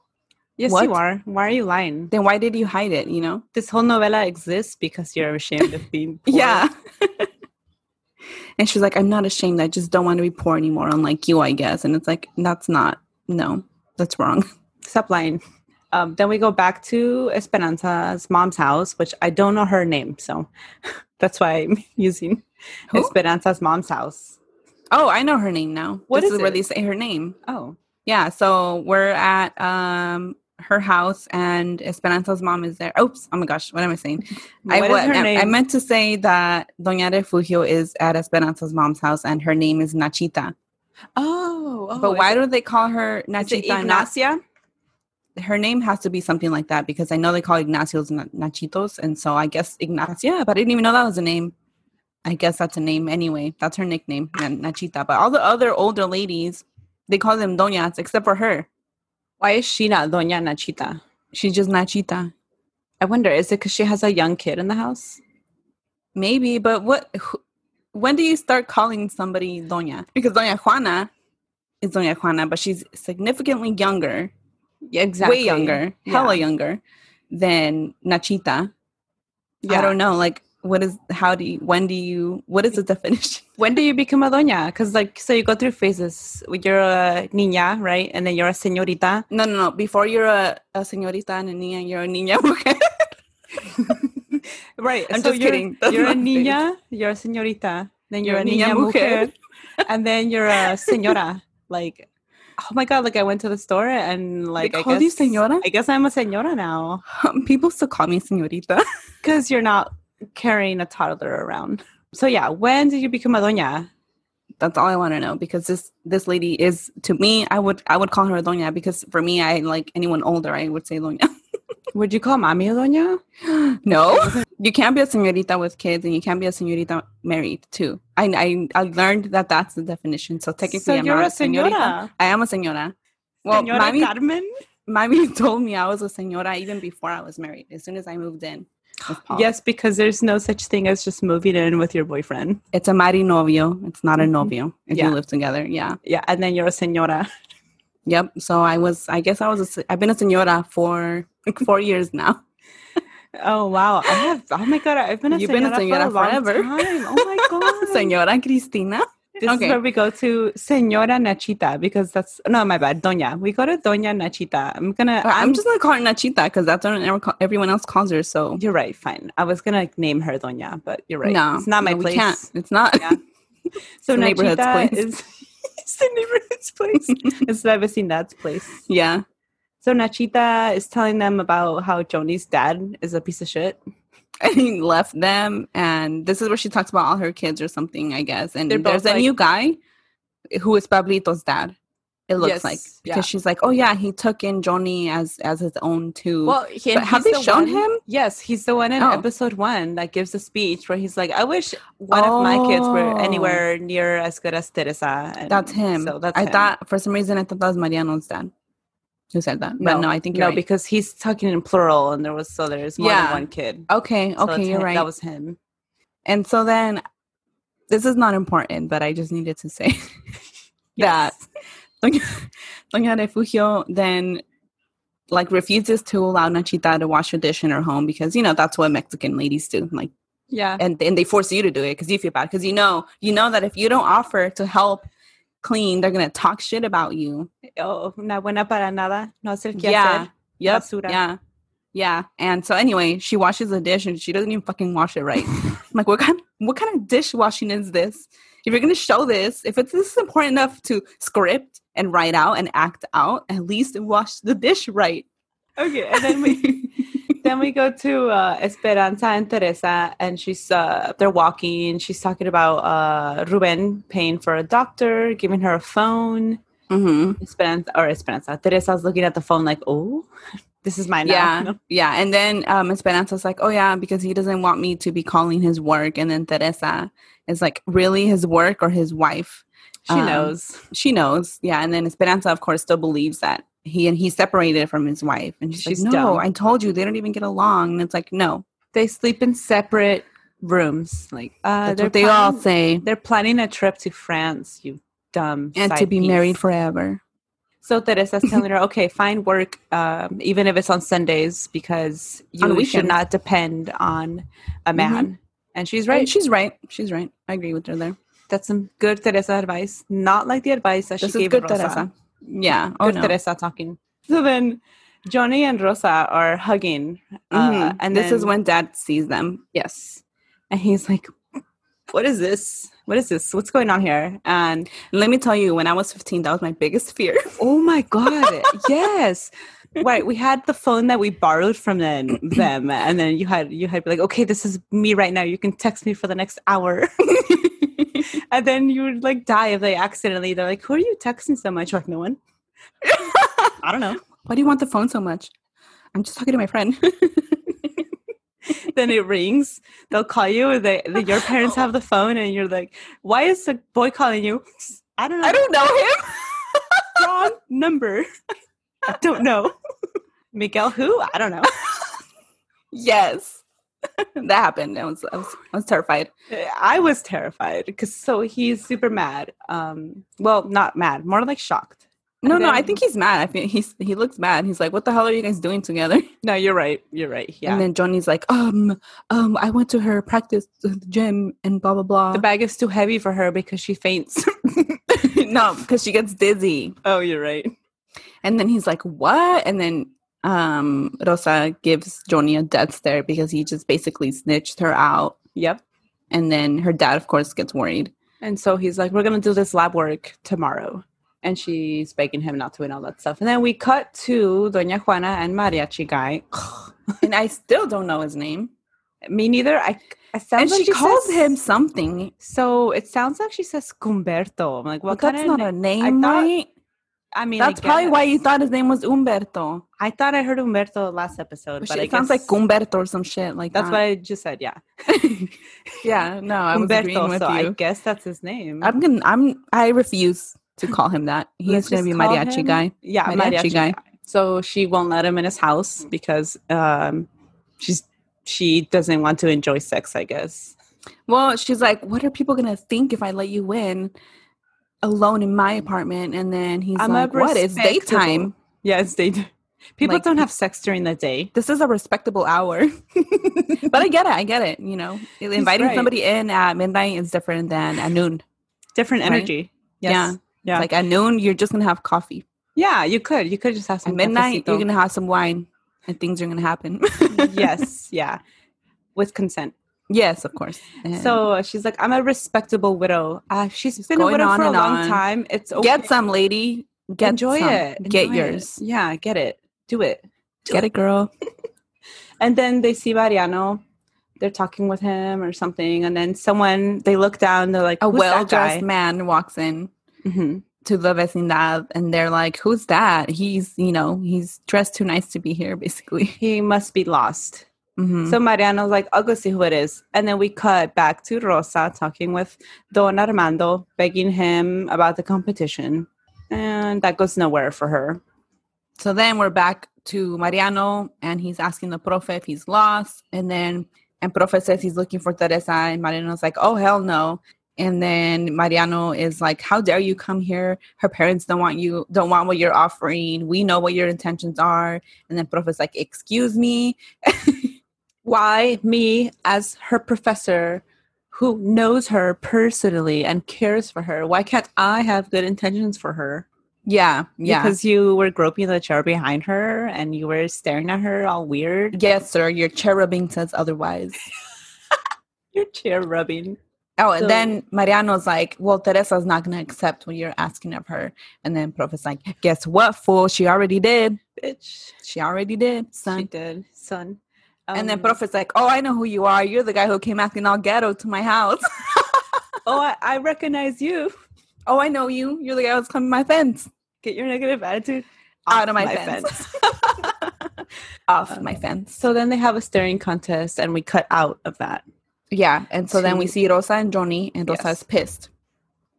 [SPEAKER 1] Yes,
[SPEAKER 2] What?
[SPEAKER 1] you are. Why are you lying?
[SPEAKER 2] Then why did you hide it? You know?
[SPEAKER 1] This whole novella exists because you're ashamed of being poor.
[SPEAKER 2] and she's like, I'm not ashamed. I just don't want to be poor anymore, unlike you, I guess. And it's like, That's not, no, that's wrong.
[SPEAKER 1] Stop lying. Um, then we go back to Esperanza's mom's house, which I don't know her name, so that's why I'm using
[SPEAKER 2] Who?
[SPEAKER 1] Esperanza's mom's house.
[SPEAKER 2] Oh, I know her name now.
[SPEAKER 1] What
[SPEAKER 2] this
[SPEAKER 1] is
[SPEAKER 2] is, where
[SPEAKER 1] it?
[SPEAKER 2] they say her name.
[SPEAKER 1] Oh,
[SPEAKER 2] Yeah. So we're at um her house and Esperanza's mom is there. Oops. Oh my gosh. What am I saying? I,
[SPEAKER 1] What is
[SPEAKER 2] wa-
[SPEAKER 1] her
[SPEAKER 2] I-
[SPEAKER 1] name?
[SPEAKER 2] I meant to say that Doña Refugio is at Esperanza's mom's house and her name is Nachita.
[SPEAKER 1] oh, oh,
[SPEAKER 2] but
[SPEAKER 1] is
[SPEAKER 2] why
[SPEAKER 1] it-
[SPEAKER 2] do they call her
[SPEAKER 1] is it
[SPEAKER 2] Nachita? and not-
[SPEAKER 1] Ignacia?
[SPEAKER 2] her name has to be something like that because I know they call Ignacios Na- Nachitos. And so I guess Ignacia, but I didn't even know that was a name. I guess that's a name anyway. That's her nickname, Na- Nachita. But all the other older ladies, they call them Doñas except for her.
[SPEAKER 1] Why is she not Doña Nachita?
[SPEAKER 2] She's just Nachita.
[SPEAKER 1] I wonder, is it because she has a young kid in the house?
[SPEAKER 2] Maybe, but what? who- When do you start calling somebody Doña? Because Doña Juana is Doña Juana, but she's significantly younger,
[SPEAKER 1] Exactly.
[SPEAKER 2] way younger, hella
[SPEAKER 1] Yeah.
[SPEAKER 2] younger than Nachita.
[SPEAKER 1] Yeah.
[SPEAKER 2] I don't know. Like, what is? How do you? When do you? What is the definition?
[SPEAKER 1] when do you become a doña? Because like, so you go through phases. You're a niña, right? And then you're a señorita.
[SPEAKER 2] No, no, no. Before you're a, a señorita and a niña, you're a niña mujer.
[SPEAKER 1] Right.
[SPEAKER 2] I'm
[SPEAKER 1] so
[SPEAKER 2] just
[SPEAKER 1] you're,
[SPEAKER 2] kidding. That's
[SPEAKER 1] you're a
[SPEAKER 2] not the phase.
[SPEAKER 1] niña, you're a señorita, then you're, a niña, mujer, and then you're a señora. Like, oh my God, like I went to the store and like, I
[SPEAKER 2] call
[SPEAKER 1] guess,
[SPEAKER 2] you señora?
[SPEAKER 1] I guess I'm a señora now
[SPEAKER 2] People still call me señorita.
[SPEAKER 1] because you're not carrying a toddler around. So yeah, when did you become a doña?
[SPEAKER 2] That's all I want to know because this this lady is to me. I would I would call her Doña because for me, I like anyone older. I would say Doña.
[SPEAKER 1] Would you call mommy a doña?
[SPEAKER 2] no, you can't be a señorita with kids, and you can't be a señorita married too. I I, I learned that that's the definition. So technically,
[SPEAKER 1] So
[SPEAKER 2] I'm
[SPEAKER 1] you're
[SPEAKER 2] not
[SPEAKER 1] a señora.
[SPEAKER 2] I am a señora. Well,
[SPEAKER 1] Señora
[SPEAKER 2] mommy,
[SPEAKER 1] Carmen?
[SPEAKER 2] mommy told me I was a señora even before I was married. As soon as I moved in, with Paul.
[SPEAKER 1] Oh. Yes, because there's no such thing as just moving in with your boyfriend.
[SPEAKER 2] it's a marinovio. It's not a novio. If
[SPEAKER 1] Mm-hmm. Yeah.
[SPEAKER 2] you live together, yeah,
[SPEAKER 1] Yeah, and then you're a señora.
[SPEAKER 2] yep. So I was. I guess I was. A, se- I've been a señora for like four years now.
[SPEAKER 1] Oh wow, I have. Oh my god, I've been a
[SPEAKER 2] You've been a
[SPEAKER 1] señora, for a
[SPEAKER 2] señora
[SPEAKER 1] long
[SPEAKER 2] forever.
[SPEAKER 1] time. Oh my god,
[SPEAKER 2] señora Cristina.
[SPEAKER 1] This
[SPEAKER 2] Okay.
[SPEAKER 1] is where we go to Señora Nachita because that's no, my bad, Doña. We go to Doña Nachita. I'm gonna.
[SPEAKER 2] Or I'm just gonna call her Nachita because that's what everyone call- everyone else calls her. So
[SPEAKER 1] You're right. Fine. I was gonna name her Doña, but you're right.
[SPEAKER 2] no,
[SPEAKER 1] it's not my
[SPEAKER 2] no, we
[SPEAKER 1] place.
[SPEAKER 2] can't. It's not.
[SPEAKER 1] Yeah. So
[SPEAKER 2] the neighborhood's
[SPEAKER 1] Nachita
[SPEAKER 2] place.
[SPEAKER 1] is it's the neighborhood's place. it's la vecindad's place.
[SPEAKER 2] yeah.
[SPEAKER 1] So Nachita is telling them about how Joni's dad is a piece of shit.
[SPEAKER 2] And he left them, and this is where she talks about all her kids or something, I guess. And
[SPEAKER 1] They're
[SPEAKER 2] there's
[SPEAKER 1] both
[SPEAKER 2] a
[SPEAKER 1] like-
[SPEAKER 2] new guy who is Pablito's dad. It looks
[SPEAKER 1] Yes,
[SPEAKER 2] like
[SPEAKER 1] yeah.
[SPEAKER 2] because she's like, oh yeah, he took in Johnny as as his own too.
[SPEAKER 1] Well, he,
[SPEAKER 2] But
[SPEAKER 1] and
[SPEAKER 2] have
[SPEAKER 1] he's
[SPEAKER 2] they
[SPEAKER 1] the
[SPEAKER 2] shown
[SPEAKER 1] one-
[SPEAKER 2] him?
[SPEAKER 1] Yes, he's the one in
[SPEAKER 2] Oh.
[SPEAKER 1] episode one that gives a speech where he's like, "I wish one of my kids were
[SPEAKER 2] Oh.
[SPEAKER 1] anywhere near as good as Teresa." And
[SPEAKER 2] that's him.
[SPEAKER 1] So that's
[SPEAKER 2] I
[SPEAKER 1] him.
[SPEAKER 2] thought for some reason I thought that was Mariano's dad who said that.
[SPEAKER 1] No,
[SPEAKER 2] but no, I think
[SPEAKER 1] no,
[SPEAKER 2] you're right.
[SPEAKER 1] because he's talking in plural, and there was so there's more
[SPEAKER 2] Yeah.
[SPEAKER 1] than one kid.
[SPEAKER 2] okay,
[SPEAKER 1] So
[SPEAKER 2] okay,
[SPEAKER 1] it's
[SPEAKER 2] you're
[SPEAKER 1] him-
[SPEAKER 2] right.
[SPEAKER 1] That was him.
[SPEAKER 2] And so then, this is not important, but I just needed to say that Doña, Doña Refugio then like refuses to allow Nachita to wash her dish in her home because you know that's what Mexican ladies do. Like,
[SPEAKER 1] Yeah.
[SPEAKER 2] and and they force you to do it because you feel bad because you know you know that if you don't offer to help clean, they're gonna talk shit about you.
[SPEAKER 1] Oh, una buena para nada. No sé qué
[SPEAKER 2] Yeah.
[SPEAKER 1] hacer.
[SPEAKER 2] Yep.
[SPEAKER 1] Basura.
[SPEAKER 2] Yeah. Yeah. And so anyway, she washes the dish and she doesn't even fucking wash it right. I'm like, what kind what kind of dish washing is this? If you're gonna show this, if it's this is important enough to script and write out and act out, at least wash the dish right.
[SPEAKER 1] Okay, and then we then we go to uh, Esperanza and Teresa, and she's uh, they're walking. She's talking about uh, Ruben paying for a doctor, giving her a phone.
[SPEAKER 2] hmm
[SPEAKER 1] Esperanza or Esperanza. Teresa's looking at the phone like, oh, this is mine.
[SPEAKER 2] Yeah.
[SPEAKER 1] now.
[SPEAKER 2] Yeah. And then um Esperanza's like, Oh yeah, because he doesn't want me to be calling his work. And then Teresa is like, Really his work or his wife?
[SPEAKER 1] she
[SPEAKER 2] Um,
[SPEAKER 1] knows.
[SPEAKER 2] she knows yeah and then esperanza of course still believes that he and he's separated from his wife and she's,
[SPEAKER 1] She's
[SPEAKER 2] like no
[SPEAKER 1] dumb.
[SPEAKER 2] i told you they don't even get along and it's like no
[SPEAKER 1] They sleep in separate rooms. Like uh,
[SPEAKER 2] that's
[SPEAKER 1] they're
[SPEAKER 2] what they all
[SPEAKER 1] planning,
[SPEAKER 2] say
[SPEAKER 1] They're planning a trip to France. You dumb.
[SPEAKER 2] and to
[SPEAKER 1] side
[SPEAKER 2] be
[SPEAKER 1] piece.
[SPEAKER 2] married forever
[SPEAKER 1] So Teresa's telling her, okay, find work, um, even if it's on Sundays, because
[SPEAKER 2] On
[SPEAKER 1] you should
[SPEAKER 2] weekends. Mm-hmm.
[SPEAKER 1] not depend on a man. And she's right.
[SPEAKER 2] right she's right she's right i agree with her there
[SPEAKER 1] That's some good Teresa advice. Not like the advice that
[SPEAKER 2] this
[SPEAKER 1] she
[SPEAKER 2] is
[SPEAKER 1] gave
[SPEAKER 2] good
[SPEAKER 1] Rosa.
[SPEAKER 2] teresa yeah oh
[SPEAKER 1] Oh,
[SPEAKER 2] no
[SPEAKER 1] Teresa talking. So then Johnny and Rosa are hugging. Uh,
[SPEAKER 2] Mhm.
[SPEAKER 1] and
[SPEAKER 2] this is
[SPEAKER 1] then-
[SPEAKER 2] when dad sees them
[SPEAKER 1] yes. And he's like, what is this? What is this? What's going on here? And
[SPEAKER 2] let me tell you when i was 15 that was my biggest fear
[SPEAKER 1] oh my God, yes. Right, we had the phone that we borrowed from then, them, and then you had you had be like, okay, this is me right now. You can text me for the next hour, and then you would like die if they accidentally. They're like, who are you texting so much? Like no one. I don't know.
[SPEAKER 2] why do you want the phone so much i'm just talking to my friend
[SPEAKER 1] then it rings. They'll call you. and They, they your parents have the phone, and you're like, "Why is the boy calling you?" I don't know.
[SPEAKER 2] i don't know him
[SPEAKER 1] wrong number. I don't know. Miguel, who? I don't know.
[SPEAKER 2] yes that happened i was i was, I was terrified
[SPEAKER 1] I was terrified because so he's super mad. Um, well, not mad, more like shocked.
[SPEAKER 2] No,
[SPEAKER 1] And
[SPEAKER 2] no, I
[SPEAKER 1] then-
[SPEAKER 2] think he's mad. I think he's he looks mad. He's like, "What the hell are you guys doing together?"
[SPEAKER 1] No, you're right. You're right. Yeah.
[SPEAKER 2] And then Johnny's like, "Um, um, I went to her practice uh, the gym and blah blah blah."
[SPEAKER 1] the bag is too heavy for her because she faints.
[SPEAKER 2] no, because she gets dizzy.
[SPEAKER 1] oh, you're right.
[SPEAKER 2] And then he's like, "What?" And then um, Rosa gives Johnny a death stare because he just basically snitched her out.
[SPEAKER 1] Yep.
[SPEAKER 2] And then her dad, of course, gets worried.
[SPEAKER 1] And so he's like, we're going to do this lab work tomorrow. And she's begging him not to and all that stuff. And then we cut to Doña Juana and Mariachi guy.
[SPEAKER 2] And I still don't know his name.
[SPEAKER 1] Me neither. I, I sounds
[SPEAKER 2] and
[SPEAKER 1] like
[SPEAKER 2] she calls him something.
[SPEAKER 1] So it sounds like she says Cumberto. I'm like,
[SPEAKER 2] Well,
[SPEAKER 1] what
[SPEAKER 2] that's
[SPEAKER 1] kind of
[SPEAKER 2] not a name,
[SPEAKER 1] thought-
[SPEAKER 2] right?
[SPEAKER 1] I mean, I
[SPEAKER 2] That's probably
[SPEAKER 1] guess.
[SPEAKER 2] why you thought his name was Umberto.
[SPEAKER 1] I thought I heard Humberto last episode,
[SPEAKER 2] But
[SPEAKER 1] but,
[SPEAKER 2] she-
[SPEAKER 1] I
[SPEAKER 2] it sounds
[SPEAKER 1] guess
[SPEAKER 2] like Umberto or some shit like
[SPEAKER 1] That's what
[SPEAKER 2] that.
[SPEAKER 1] I just said. Yeah,
[SPEAKER 2] yeah, no, I was agreeing
[SPEAKER 1] Humberto.
[SPEAKER 2] with
[SPEAKER 1] So I
[SPEAKER 2] you.
[SPEAKER 1] guess that's his name.
[SPEAKER 2] I, am gonna. I'm. I refuse to call him that.
[SPEAKER 1] Let's
[SPEAKER 2] He's gonna
[SPEAKER 1] just
[SPEAKER 2] be
[SPEAKER 1] call
[SPEAKER 2] mariachi
[SPEAKER 1] him-
[SPEAKER 2] guy.
[SPEAKER 1] Yeah,
[SPEAKER 2] Mariachi
[SPEAKER 1] mariachi
[SPEAKER 2] guy.
[SPEAKER 1] guy. So she won't let him in his house because um, she's she doesn't want to enjoy sex. I guess.
[SPEAKER 2] Well, she's like, "What are people gonna think if I let you in alone in my apartment?" And then he's
[SPEAKER 1] I'm a
[SPEAKER 2] like, "What? It's
[SPEAKER 1] respectable-
[SPEAKER 2] daytime.
[SPEAKER 1] Yes, they do. People
[SPEAKER 2] Like-
[SPEAKER 1] don't have sex during the day.
[SPEAKER 2] This is a respectable hour." but I get it. I get it. You know, inviting
[SPEAKER 1] right.
[SPEAKER 2] somebody in at midnight is different than at noon.
[SPEAKER 1] Different
[SPEAKER 2] Right?
[SPEAKER 1] energy.
[SPEAKER 2] Yeah.
[SPEAKER 1] Yes. Yeah.
[SPEAKER 2] Like at noon, you're just gonna have coffee.
[SPEAKER 1] yeah, you could. You could just have
[SPEAKER 2] At
[SPEAKER 1] some
[SPEAKER 2] midnight, you're
[SPEAKER 1] cafecito.
[SPEAKER 2] gonna have some wine, and things are gonna happen.
[SPEAKER 1] yes. Yeah. With consent.
[SPEAKER 2] yes, of course. And
[SPEAKER 1] So uh, she's like, I'm a respectable widow. Uh, she's been a
[SPEAKER 2] going
[SPEAKER 1] widow
[SPEAKER 2] on
[SPEAKER 1] for a
[SPEAKER 2] and
[SPEAKER 1] long
[SPEAKER 2] on.
[SPEAKER 1] time. It's okay.
[SPEAKER 2] get some, lady. Get
[SPEAKER 1] Enjoy
[SPEAKER 2] some.
[SPEAKER 1] it.
[SPEAKER 2] Get
[SPEAKER 1] Enjoy it.
[SPEAKER 2] yours.
[SPEAKER 1] Yeah, get it. Do it.
[SPEAKER 2] Get it, girl.
[SPEAKER 1] And then they see Mariano. They're talking with him or something. And then someone, they look down. They're like,
[SPEAKER 2] A
[SPEAKER 1] Who's that
[SPEAKER 2] well-dressed
[SPEAKER 1] guy?
[SPEAKER 2] man walks in.
[SPEAKER 1] Mhm.
[SPEAKER 2] to the vecindad and they're like, Who's that? He's, you know, he's dressed too nice to be here, basically.
[SPEAKER 1] He must be lost.
[SPEAKER 2] Mhm.
[SPEAKER 1] So Mariano's like, I'll go see who it is. And then we cut back to Rosa talking with Don Armando, begging him about the competition. And that goes nowhere for her.
[SPEAKER 2] So then we're back to Mariano and he's asking the profe if he's lost. And then, and profe says he's looking for Teresa. And Mariano's like, oh, hell no. And then Mariano is like, how dare you come here? Her parents don't want you, don't want what you're offering. We know what your intentions are. And then profe's like, excuse me.
[SPEAKER 1] Why me, as her professor who knows her personally and cares for her, why can't I have good intentions for her?
[SPEAKER 2] Yeah. Yeah.
[SPEAKER 1] Because you were groping the chair behind her and you were staring at her all weird.
[SPEAKER 2] yes, sir. Your cherubim says otherwise.
[SPEAKER 1] Your chair rubbing.
[SPEAKER 2] Oh, and
[SPEAKER 1] So-
[SPEAKER 2] then Mariano's like, well, Teresa's not going to accept what you're asking of her. And then Prof's like, guess what, fool? She already did.
[SPEAKER 1] Bitch.
[SPEAKER 2] She already did,
[SPEAKER 1] She
[SPEAKER 2] son.
[SPEAKER 1] did. Son.
[SPEAKER 2] and then
[SPEAKER 1] Um,
[SPEAKER 2] Prof's like, oh, I know who you are. You're the guy who came acting all ghetto to my house.
[SPEAKER 1] Oh, I, I recognize you.
[SPEAKER 2] oh, I know you. You're the guy who's climbing my fence.
[SPEAKER 1] Get your negative attitude
[SPEAKER 2] Out
[SPEAKER 1] off
[SPEAKER 2] of my, fence. Off
[SPEAKER 1] Uh,
[SPEAKER 2] my fence.
[SPEAKER 1] so then they have a staring contest and we cut out of that.
[SPEAKER 2] Yeah. And so then we
[SPEAKER 1] To-
[SPEAKER 2] see Rosa and Johnny, and Rosa
[SPEAKER 1] Yes.
[SPEAKER 2] is pissed.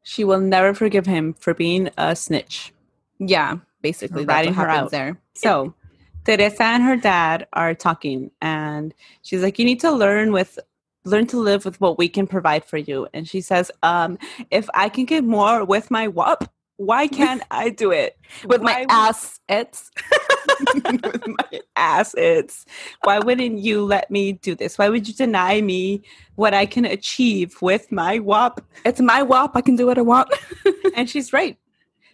[SPEAKER 1] She will never forgive him for being a snitch.
[SPEAKER 2] Yeah, basically. That's
[SPEAKER 1] Ratting
[SPEAKER 2] what
[SPEAKER 1] her
[SPEAKER 2] happens
[SPEAKER 1] out.
[SPEAKER 2] there.
[SPEAKER 1] So Teresa and her dad are talking and she's like, You need to learn with learn to live with what we can provide for you. And she says, Um, if I can get more with my WAP, why can't I do it?
[SPEAKER 2] With my
[SPEAKER 1] Why
[SPEAKER 2] assets.
[SPEAKER 1] with my assets. Why wouldn't you let me do this? Why would you deny me what I can achieve with my WAP?
[SPEAKER 2] It's my WAP. I can do what I want.
[SPEAKER 1] And she's right.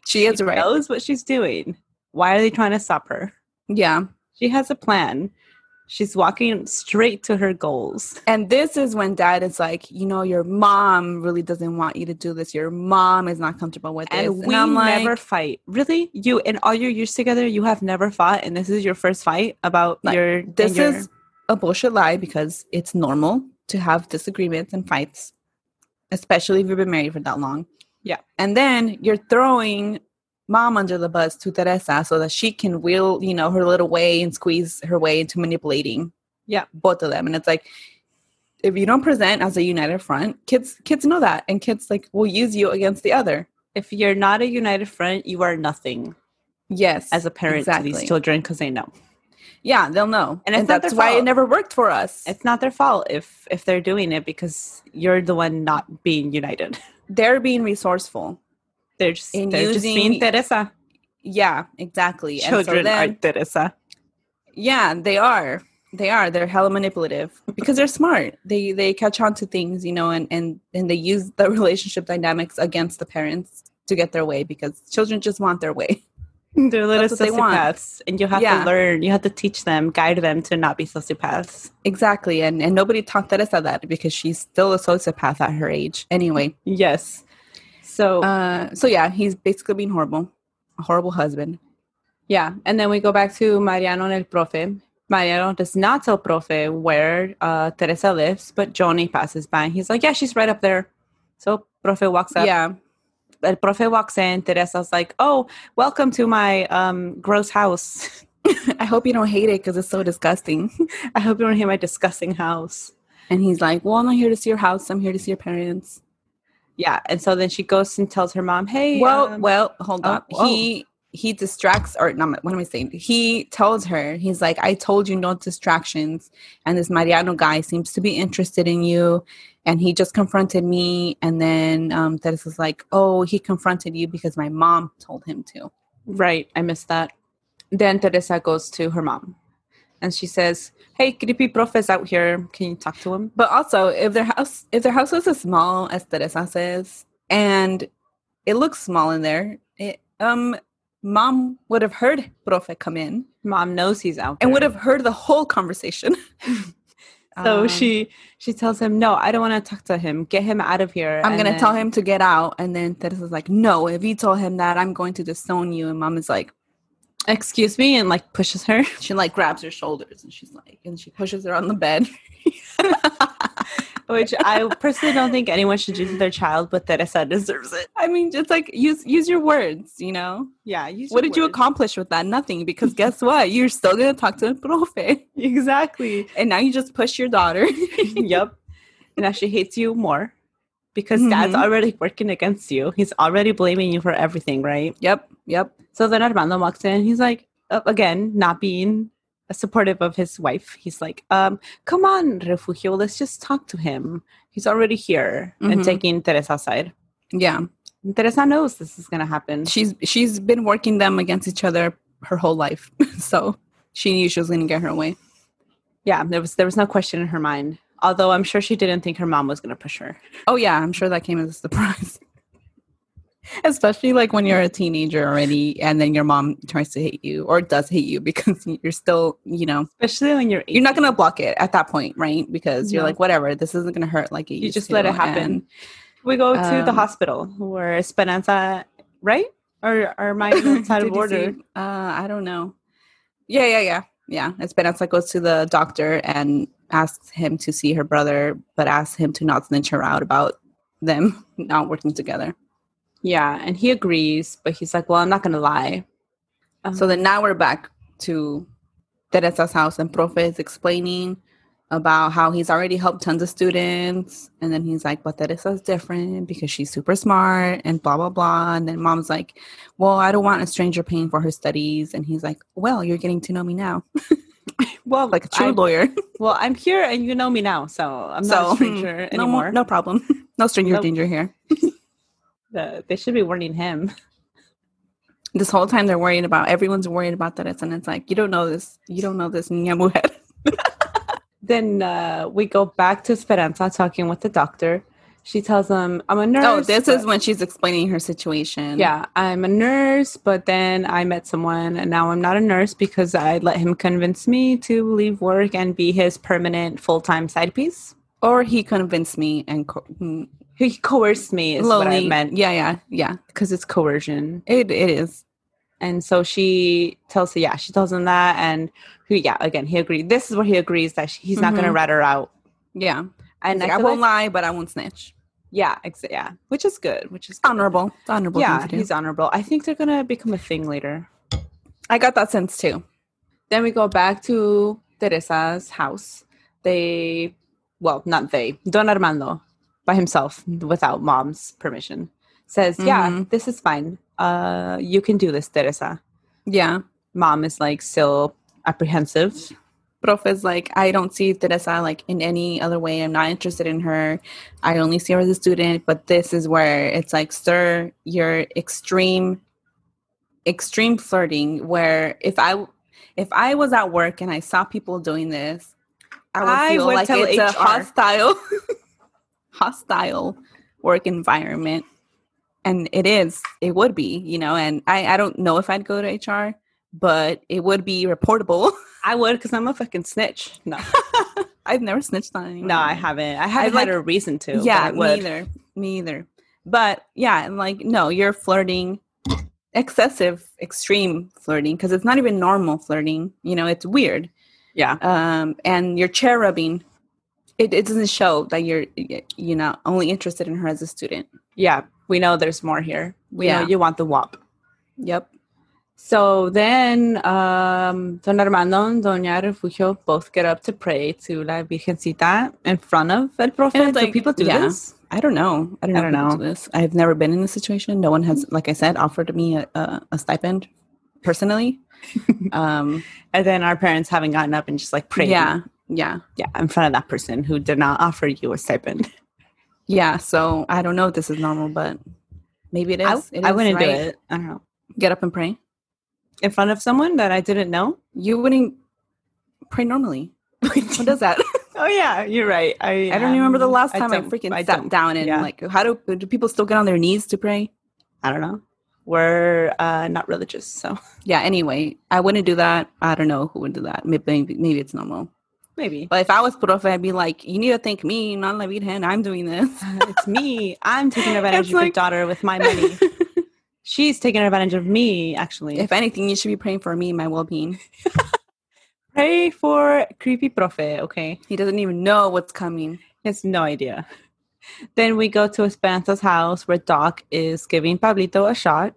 [SPEAKER 2] she is right.
[SPEAKER 1] Knows what she's doing. Why are they trying to stop her?
[SPEAKER 2] Yeah.
[SPEAKER 1] She has a plan. She's walking straight to her goals.
[SPEAKER 2] And this is when dad is like, you know, your mom really doesn't want you to do this. Your mom is not comfortable with this.
[SPEAKER 1] And we never fight. Really? You in all your years together, you have never fought, and this is your first fight about
[SPEAKER 2] Like,
[SPEAKER 1] your and
[SPEAKER 2] this
[SPEAKER 1] your-
[SPEAKER 2] is a bullshit lie because it's normal to have disagreements and fights, especially if you've been married for that long.
[SPEAKER 1] Yeah.
[SPEAKER 2] And then you're throwing mom under the bus to Teresa so that she can wheel, you know, her little way and squeeze her way into manipulating
[SPEAKER 1] Yeah.
[SPEAKER 2] both of them. And it's like if you don't present as a united front, kids kids know that and kids like will use you against the other.
[SPEAKER 1] if you're not a united front, you are nothing
[SPEAKER 2] Yes.
[SPEAKER 1] as a parent to
[SPEAKER 2] Exactly.
[SPEAKER 1] these children because they know.
[SPEAKER 2] Yeah, they'll know.
[SPEAKER 1] And
[SPEAKER 2] And,
[SPEAKER 1] it's not
[SPEAKER 2] that's
[SPEAKER 1] their
[SPEAKER 2] why it
[SPEAKER 1] fault.
[SPEAKER 2] never worked for us.
[SPEAKER 1] it's not their fault if if they're doing it because you're the one not being united.
[SPEAKER 2] They're being resourceful.
[SPEAKER 1] They're just
[SPEAKER 2] In
[SPEAKER 1] they're just being
[SPEAKER 2] using-
[SPEAKER 1] Teresa.
[SPEAKER 2] Yeah, exactly.
[SPEAKER 1] Children
[SPEAKER 2] and so then,
[SPEAKER 1] are Teresa.
[SPEAKER 2] yeah, they are. They are. They're hella manipulative because they're smart. They they catch on to things, you know, and and and they use the relationship dynamics against the parents to get their way because children just want their way.
[SPEAKER 1] They're little
[SPEAKER 2] That's what they want.
[SPEAKER 1] sociopaths, and you have
[SPEAKER 2] Yeah.
[SPEAKER 1] to learn. You have to teach them, guide them to not be sociopaths.
[SPEAKER 2] Exactly. And and nobody taught Teresa that because she's still a sociopath at her age. Anyway,
[SPEAKER 1] Yes. So
[SPEAKER 2] uh, so yeah, he's basically being horrible, a horrible husband.
[SPEAKER 1] yeah, and then we go back to Mariano and el profe. Mariano does not tell Profe where uh, Teresa lives, but Johnny passes by. He's like, yeah, she's right up there. So Profe walks up.
[SPEAKER 2] Yeah.
[SPEAKER 1] El Profe walks in. Teresa's like, oh, welcome to my um, gross house.
[SPEAKER 2] I hope you don't hate it because it's so disgusting.
[SPEAKER 1] I hope you don't hear my disgusting house.
[SPEAKER 2] And he's like, Well, I'm not here to see your house. I'm here to see your parents.
[SPEAKER 1] Yeah. And so then she goes and tells her mom, hey.
[SPEAKER 2] Well,
[SPEAKER 1] um,
[SPEAKER 2] well, hold
[SPEAKER 1] oh,
[SPEAKER 2] on.
[SPEAKER 1] whoa.
[SPEAKER 2] He he distracts or not what am I saying? He tells her, he's like, I told you no distractions. And this Mariano guy seems to be interested in you. And he just confronted me. And then um Teresa's like, Oh, he confronted you because my mom told him to.
[SPEAKER 1] Right, I missed that. Then Teresa goes to her mom and she says, Hey, creepy prof's out here. Can you talk to him?
[SPEAKER 2] But also, if their house if their house was as small as Teresa says, and it looks small in there, it, um, mom would have heard Profe come in
[SPEAKER 1] Mom knows he's out there.
[SPEAKER 2] and would have heard the whole conversation.
[SPEAKER 1] so
[SPEAKER 2] Um,
[SPEAKER 1] she she tells him, No, I don't want to talk to him. Get him out of here.
[SPEAKER 2] I'm
[SPEAKER 1] And
[SPEAKER 2] gonna
[SPEAKER 1] then-
[SPEAKER 2] tell him to get out, and then Teresa's like, "No, if you tell him that, I'm going to disown you." And mom is like,
[SPEAKER 1] Excuse me, and like pushes her.
[SPEAKER 2] she like grabs her shoulders and she's like, and she pushes her on the bed.
[SPEAKER 1] Which I personally don't think anyone should do to their child, but Teresa deserves it.
[SPEAKER 2] I mean, it's like use use your words, you know.
[SPEAKER 1] Yeah. use
[SPEAKER 2] what
[SPEAKER 1] your
[SPEAKER 2] did you
[SPEAKER 1] words.
[SPEAKER 2] accomplish with that? Nothing, because guess what? You're still gonna talk to the profe.
[SPEAKER 1] Exactly.
[SPEAKER 2] and now you just push your daughter.
[SPEAKER 1] yep. And now she hates you more because dad's
[SPEAKER 2] Mhm.
[SPEAKER 1] already working against you. He's already blaming you for everything, right?
[SPEAKER 2] yep, yep.
[SPEAKER 1] So then Armando walks in. He's like, uh, again, not being supportive of his wife. He's like, um, come on, Refugio, let's just talk to him. He's already here and
[SPEAKER 2] Mhm.
[SPEAKER 1] taking Teresa's side.
[SPEAKER 2] Yeah,
[SPEAKER 1] And Teresa knows this is going to happen.
[SPEAKER 2] she's she's been working them against each other her whole life, so she knew she was gonna get her way.
[SPEAKER 1] Yeah, there was there was no question in her mind. Although I'm sure she didn't think her mom was going to push her.
[SPEAKER 2] Oh yeah, I'm sure that came as a surprise. Especially like when you're a teenager already, and then your mom tries to hate you or does hate you because you're still, you know,
[SPEAKER 1] Especially when you're 18.
[SPEAKER 2] you're not gonna block it at that point, right? Because you're
[SPEAKER 1] No.
[SPEAKER 2] like, whatever, this isn't gonna hurt like it
[SPEAKER 1] You
[SPEAKER 2] used
[SPEAKER 1] just let
[SPEAKER 2] to,
[SPEAKER 1] it happen.
[SPEAKER 2] and-
[SPEAKER 1] We go to the
[SPEAKER 2] Um,
[SPEAKER 1] hospital where Esperanza, right? Or or am I outside
[SPEAKER 2] Did
[SPEAKER 1] of
[SPEAKER 2] you
[SPEAKER 1] order?
[SPEAKER 2] see- Uh, I don't know. Yeah, yeah, yeah, yeah. Esperanza goes to the doctor and asks him to see her brother, but asks him to not snitch her out about them not working together.
[SPEAKER 1] Yeah, and he agrees, but he's like, "Well, I'm not gonna lie." Um,
[SPEAKER 2] So then now we're back to Teresa's house, and Profe is explaining about how he's already helped tons of students, and then he's like, "But Teresa's different because she's super smart," and blah blah blah. And then Mom's like, "Well, I don't want a stranger paying for her studies," and he's like, "Well, you're getting to know me now."
[SPEAKER 1] well,
[SPEAKER 2] like a true
[SPEAKER 1] I'm-
[SPEAKER 2] lawyer.
[SPEAKER 1] Well, I'm here, and you know me now, so hmm, I'm not
[SPEAKER 2] so hmm,
[SPEAKER 1] a stranger
[SPEAKER 2] no,
[SPEAKER 1] anymore.
[SPEAKER 2] no problem. No stranger
[SPEAKER 1] Nope.
[SPEAKER 2] danger here.
[SPEAKER 1] The- they should be warning him.
[SPEAKER 2] This whole time they're worrying about everyone's worried about Teresa, and it's like you don't know this. You don't know this niña mujer.
[SPEAKER 1] Then uh, we go back to Esperanza talking with the doctor. She tells him, "I'm a nurse."
[SPEAKER 2] Oh, this
[SPEAKER 1] but-
[SPEAKER 2] is when she's explaining her situation.
[SPEAKER 1] Yeah, I'm a nurse, but then I met someone, and now I'm not a nurse because I let him convince me to leave work and be his permanent full time side piece.
[SPEAKER 2] or he convinced me and co- mm,
[SPEAKER 1] He coerced me, is what I
[SPEAKER 2] lonely.
[SPEAKER 1] meant.
[SPEAKER 2] Yeah, yeah, yeah.
[SPEAKER 1] because it's coercion.
[SPEAKER 2] It it is.
[SPEAKER 1] And so she tells, yeah, she tells him that, and who, yeah, again, he agreed. This is where he agrees that she, he's not going to
[SPEAKER 2] Mhm.
[SPEAKER 1] rat her out.
[SPEAKER 2] Yeah,
[SPEAKER 1] And
[SPEAKER 2] and like,
[SPEAKER 1] I,
[SPEAKER 2] I
[SPEAKER 1] feel
[SPEAKER 2] won't
[SPEAKER 1] like-
[SPEAKER 2] lie, but I won't snitch.
[SPEAKER 1] yeah, ex- yeah, which is good, which is good.
[SPEAKER 2] Honorable, It's honorable.
[SPEAKER 1] Yeah,
[SPEAKER 2] thing to do.
[SPEAKER 1] he's honorable. I think they're going to become a thing later.
[SPEAKER 2] I got that sense too.
[SPEAKER 1] Then we go back to Teresa's house. They, well, not they, Don Armando by himself without mom's permission says, Yeah,
[SPEAKER 2] Mhm.
[SPEAKER 1] this is fine. Uh, you can do this, Teresa.
[SPEAKER 2] Yeah,
[SPEAKER 1] Mom is like still apprehensive.
[SPEAKER 2] Profe's like, I don't see Teresa like in any other way. I'm not interested in her. I only see her as a student, but this is where it's like, sir, you're extreme extreme flirting where if I if I was at work and I saw people doing this, I would
[SPEAKER 1] I
[SPEAKER 2] feel
[SPEAKER 1] would
[SPEAKER 2] like
[SPEAKER 1] tell
[SPEAKER 2] it's a
[SPEAKER 1] HR.
[SPEAKER 2] hostile hostile work environment. And it is, it would be, you know, and I, I don't know if I'd go to HR, but it would be reportable.
[SPEAKER 1] I would because I'm a fucking snitch. No,
[SPEAKER 2] I've never snitched on anyone.
[SPEAKER 1] no, I haven't. I haven't
[SPEAKER 2] like-
[SPEAKER 1] had a reason to. but
[SPEAKER 2] Yeah,
[SPEAKER 1] I would.
[SPEAKER 2] me either. Me either. But yeah, and like no, you're flirting, excessive, extreme flirting because it's not even normal flirting. You know, it's weird.
[SPEAKER 1] Yeah.
[SPEAKER 2] um, and your chair rubbing, it, it doesn't show that you're you know only interested in her as a student.
[SPEAKER 1] Yeah. We know there's more here. We
[SPEAKER 2] Yeah.
[SPEAKER 1] know you want the WAP.
[SPEAKER 2] Yep.
[SPEAKER 1] So then, um, Don Armando and Doña Refugio both get up to pray to La Virgencita in front of El Profe.
[SPEAKER 2] And it's
[SPEAKER 1] do
[SPEAKER 2] like,
[SPEAKER 1] people do
[SPEAKER 2] yeah.
[SPEAKER 1] this?
[SPEAKER 2] I don't know. I don't know.
[SPEAKER 1] I don't
[SPEAKER 2] if people do this. I've never been in this situation. No one has, like I said, offered me a, a, a stipend personally. um,
[SPEAKER 1] And then our parents haven't gotten up and just like prayed.
[SPEAKER 2] yeah, yeah,
[SPEAKER 1] Yeah. In front of that person who did not offer you a stipend.
[SPEAKER 2] yeah. So I don't know if this is normal, but maybe it is.
[SPEAKER 1] I,
[SPEAKER 2] It
[SPEAKER 1] I
[SPEAKER 2] is,
[SPEAKER 1] wouldn't do
[SPEAKER 2] right?
[SPEAKER 1] it. I don't know.
[SPEAKER 2] Get up and pray.
[SPEAKER 1] In front of someone that I didn't know?
[SPEAKER 2] You wouldn't pray normally. Who does that?
[SPEAKER 1] Oh, yeah. You're right. I,
[SPEAKER 2] I don't remember the
[SPEAKER 1] um,
[SPEAKER 2] last time I,
[SPEAKER 1] don't-
[SPEAKER 2] freaking
[SPEAKER 1] I
[SPEAKER 2] sat
[SPEAKER 1] don't.
[SPEAKER 2] down and
[SPEAKER 1] Yeah.
[SPEAKER 2] like, how do do people still get on their knees to pray?
[SPEAKER 1] I don't know. We're uh, not religious. So
[SPEAKER 2] Yeah. Anyway, I wouldn't do that. I don't know who would do that. Maybe maybe it's normal.
[SPEAKER 1] maybe.
[SPEAKER 2] But if I was profe, I'd be like, you need to thank me, not la virgen. I'm doing this.
[SPEAKER 1] it's me. I'm taking advantage
[SPEAKER 2] It's
[SPEAKER 1] of your
[SPEAKER 2] like-
[SPEAKER 1] daughter with my money. She's taking advantage of me, actually.
[SPEAKER 2] if anything, you should be praying for me, and my well being.
[SPEAKER 1] Pray for creepy profe, okay?
[SPEAKER 2] He doesn't even know what's coming.
[SPEAKER 1] He has no idea. Then we go to Esperanza's house where Doc is giving Pablito a shot.
[SPEAKER 2] on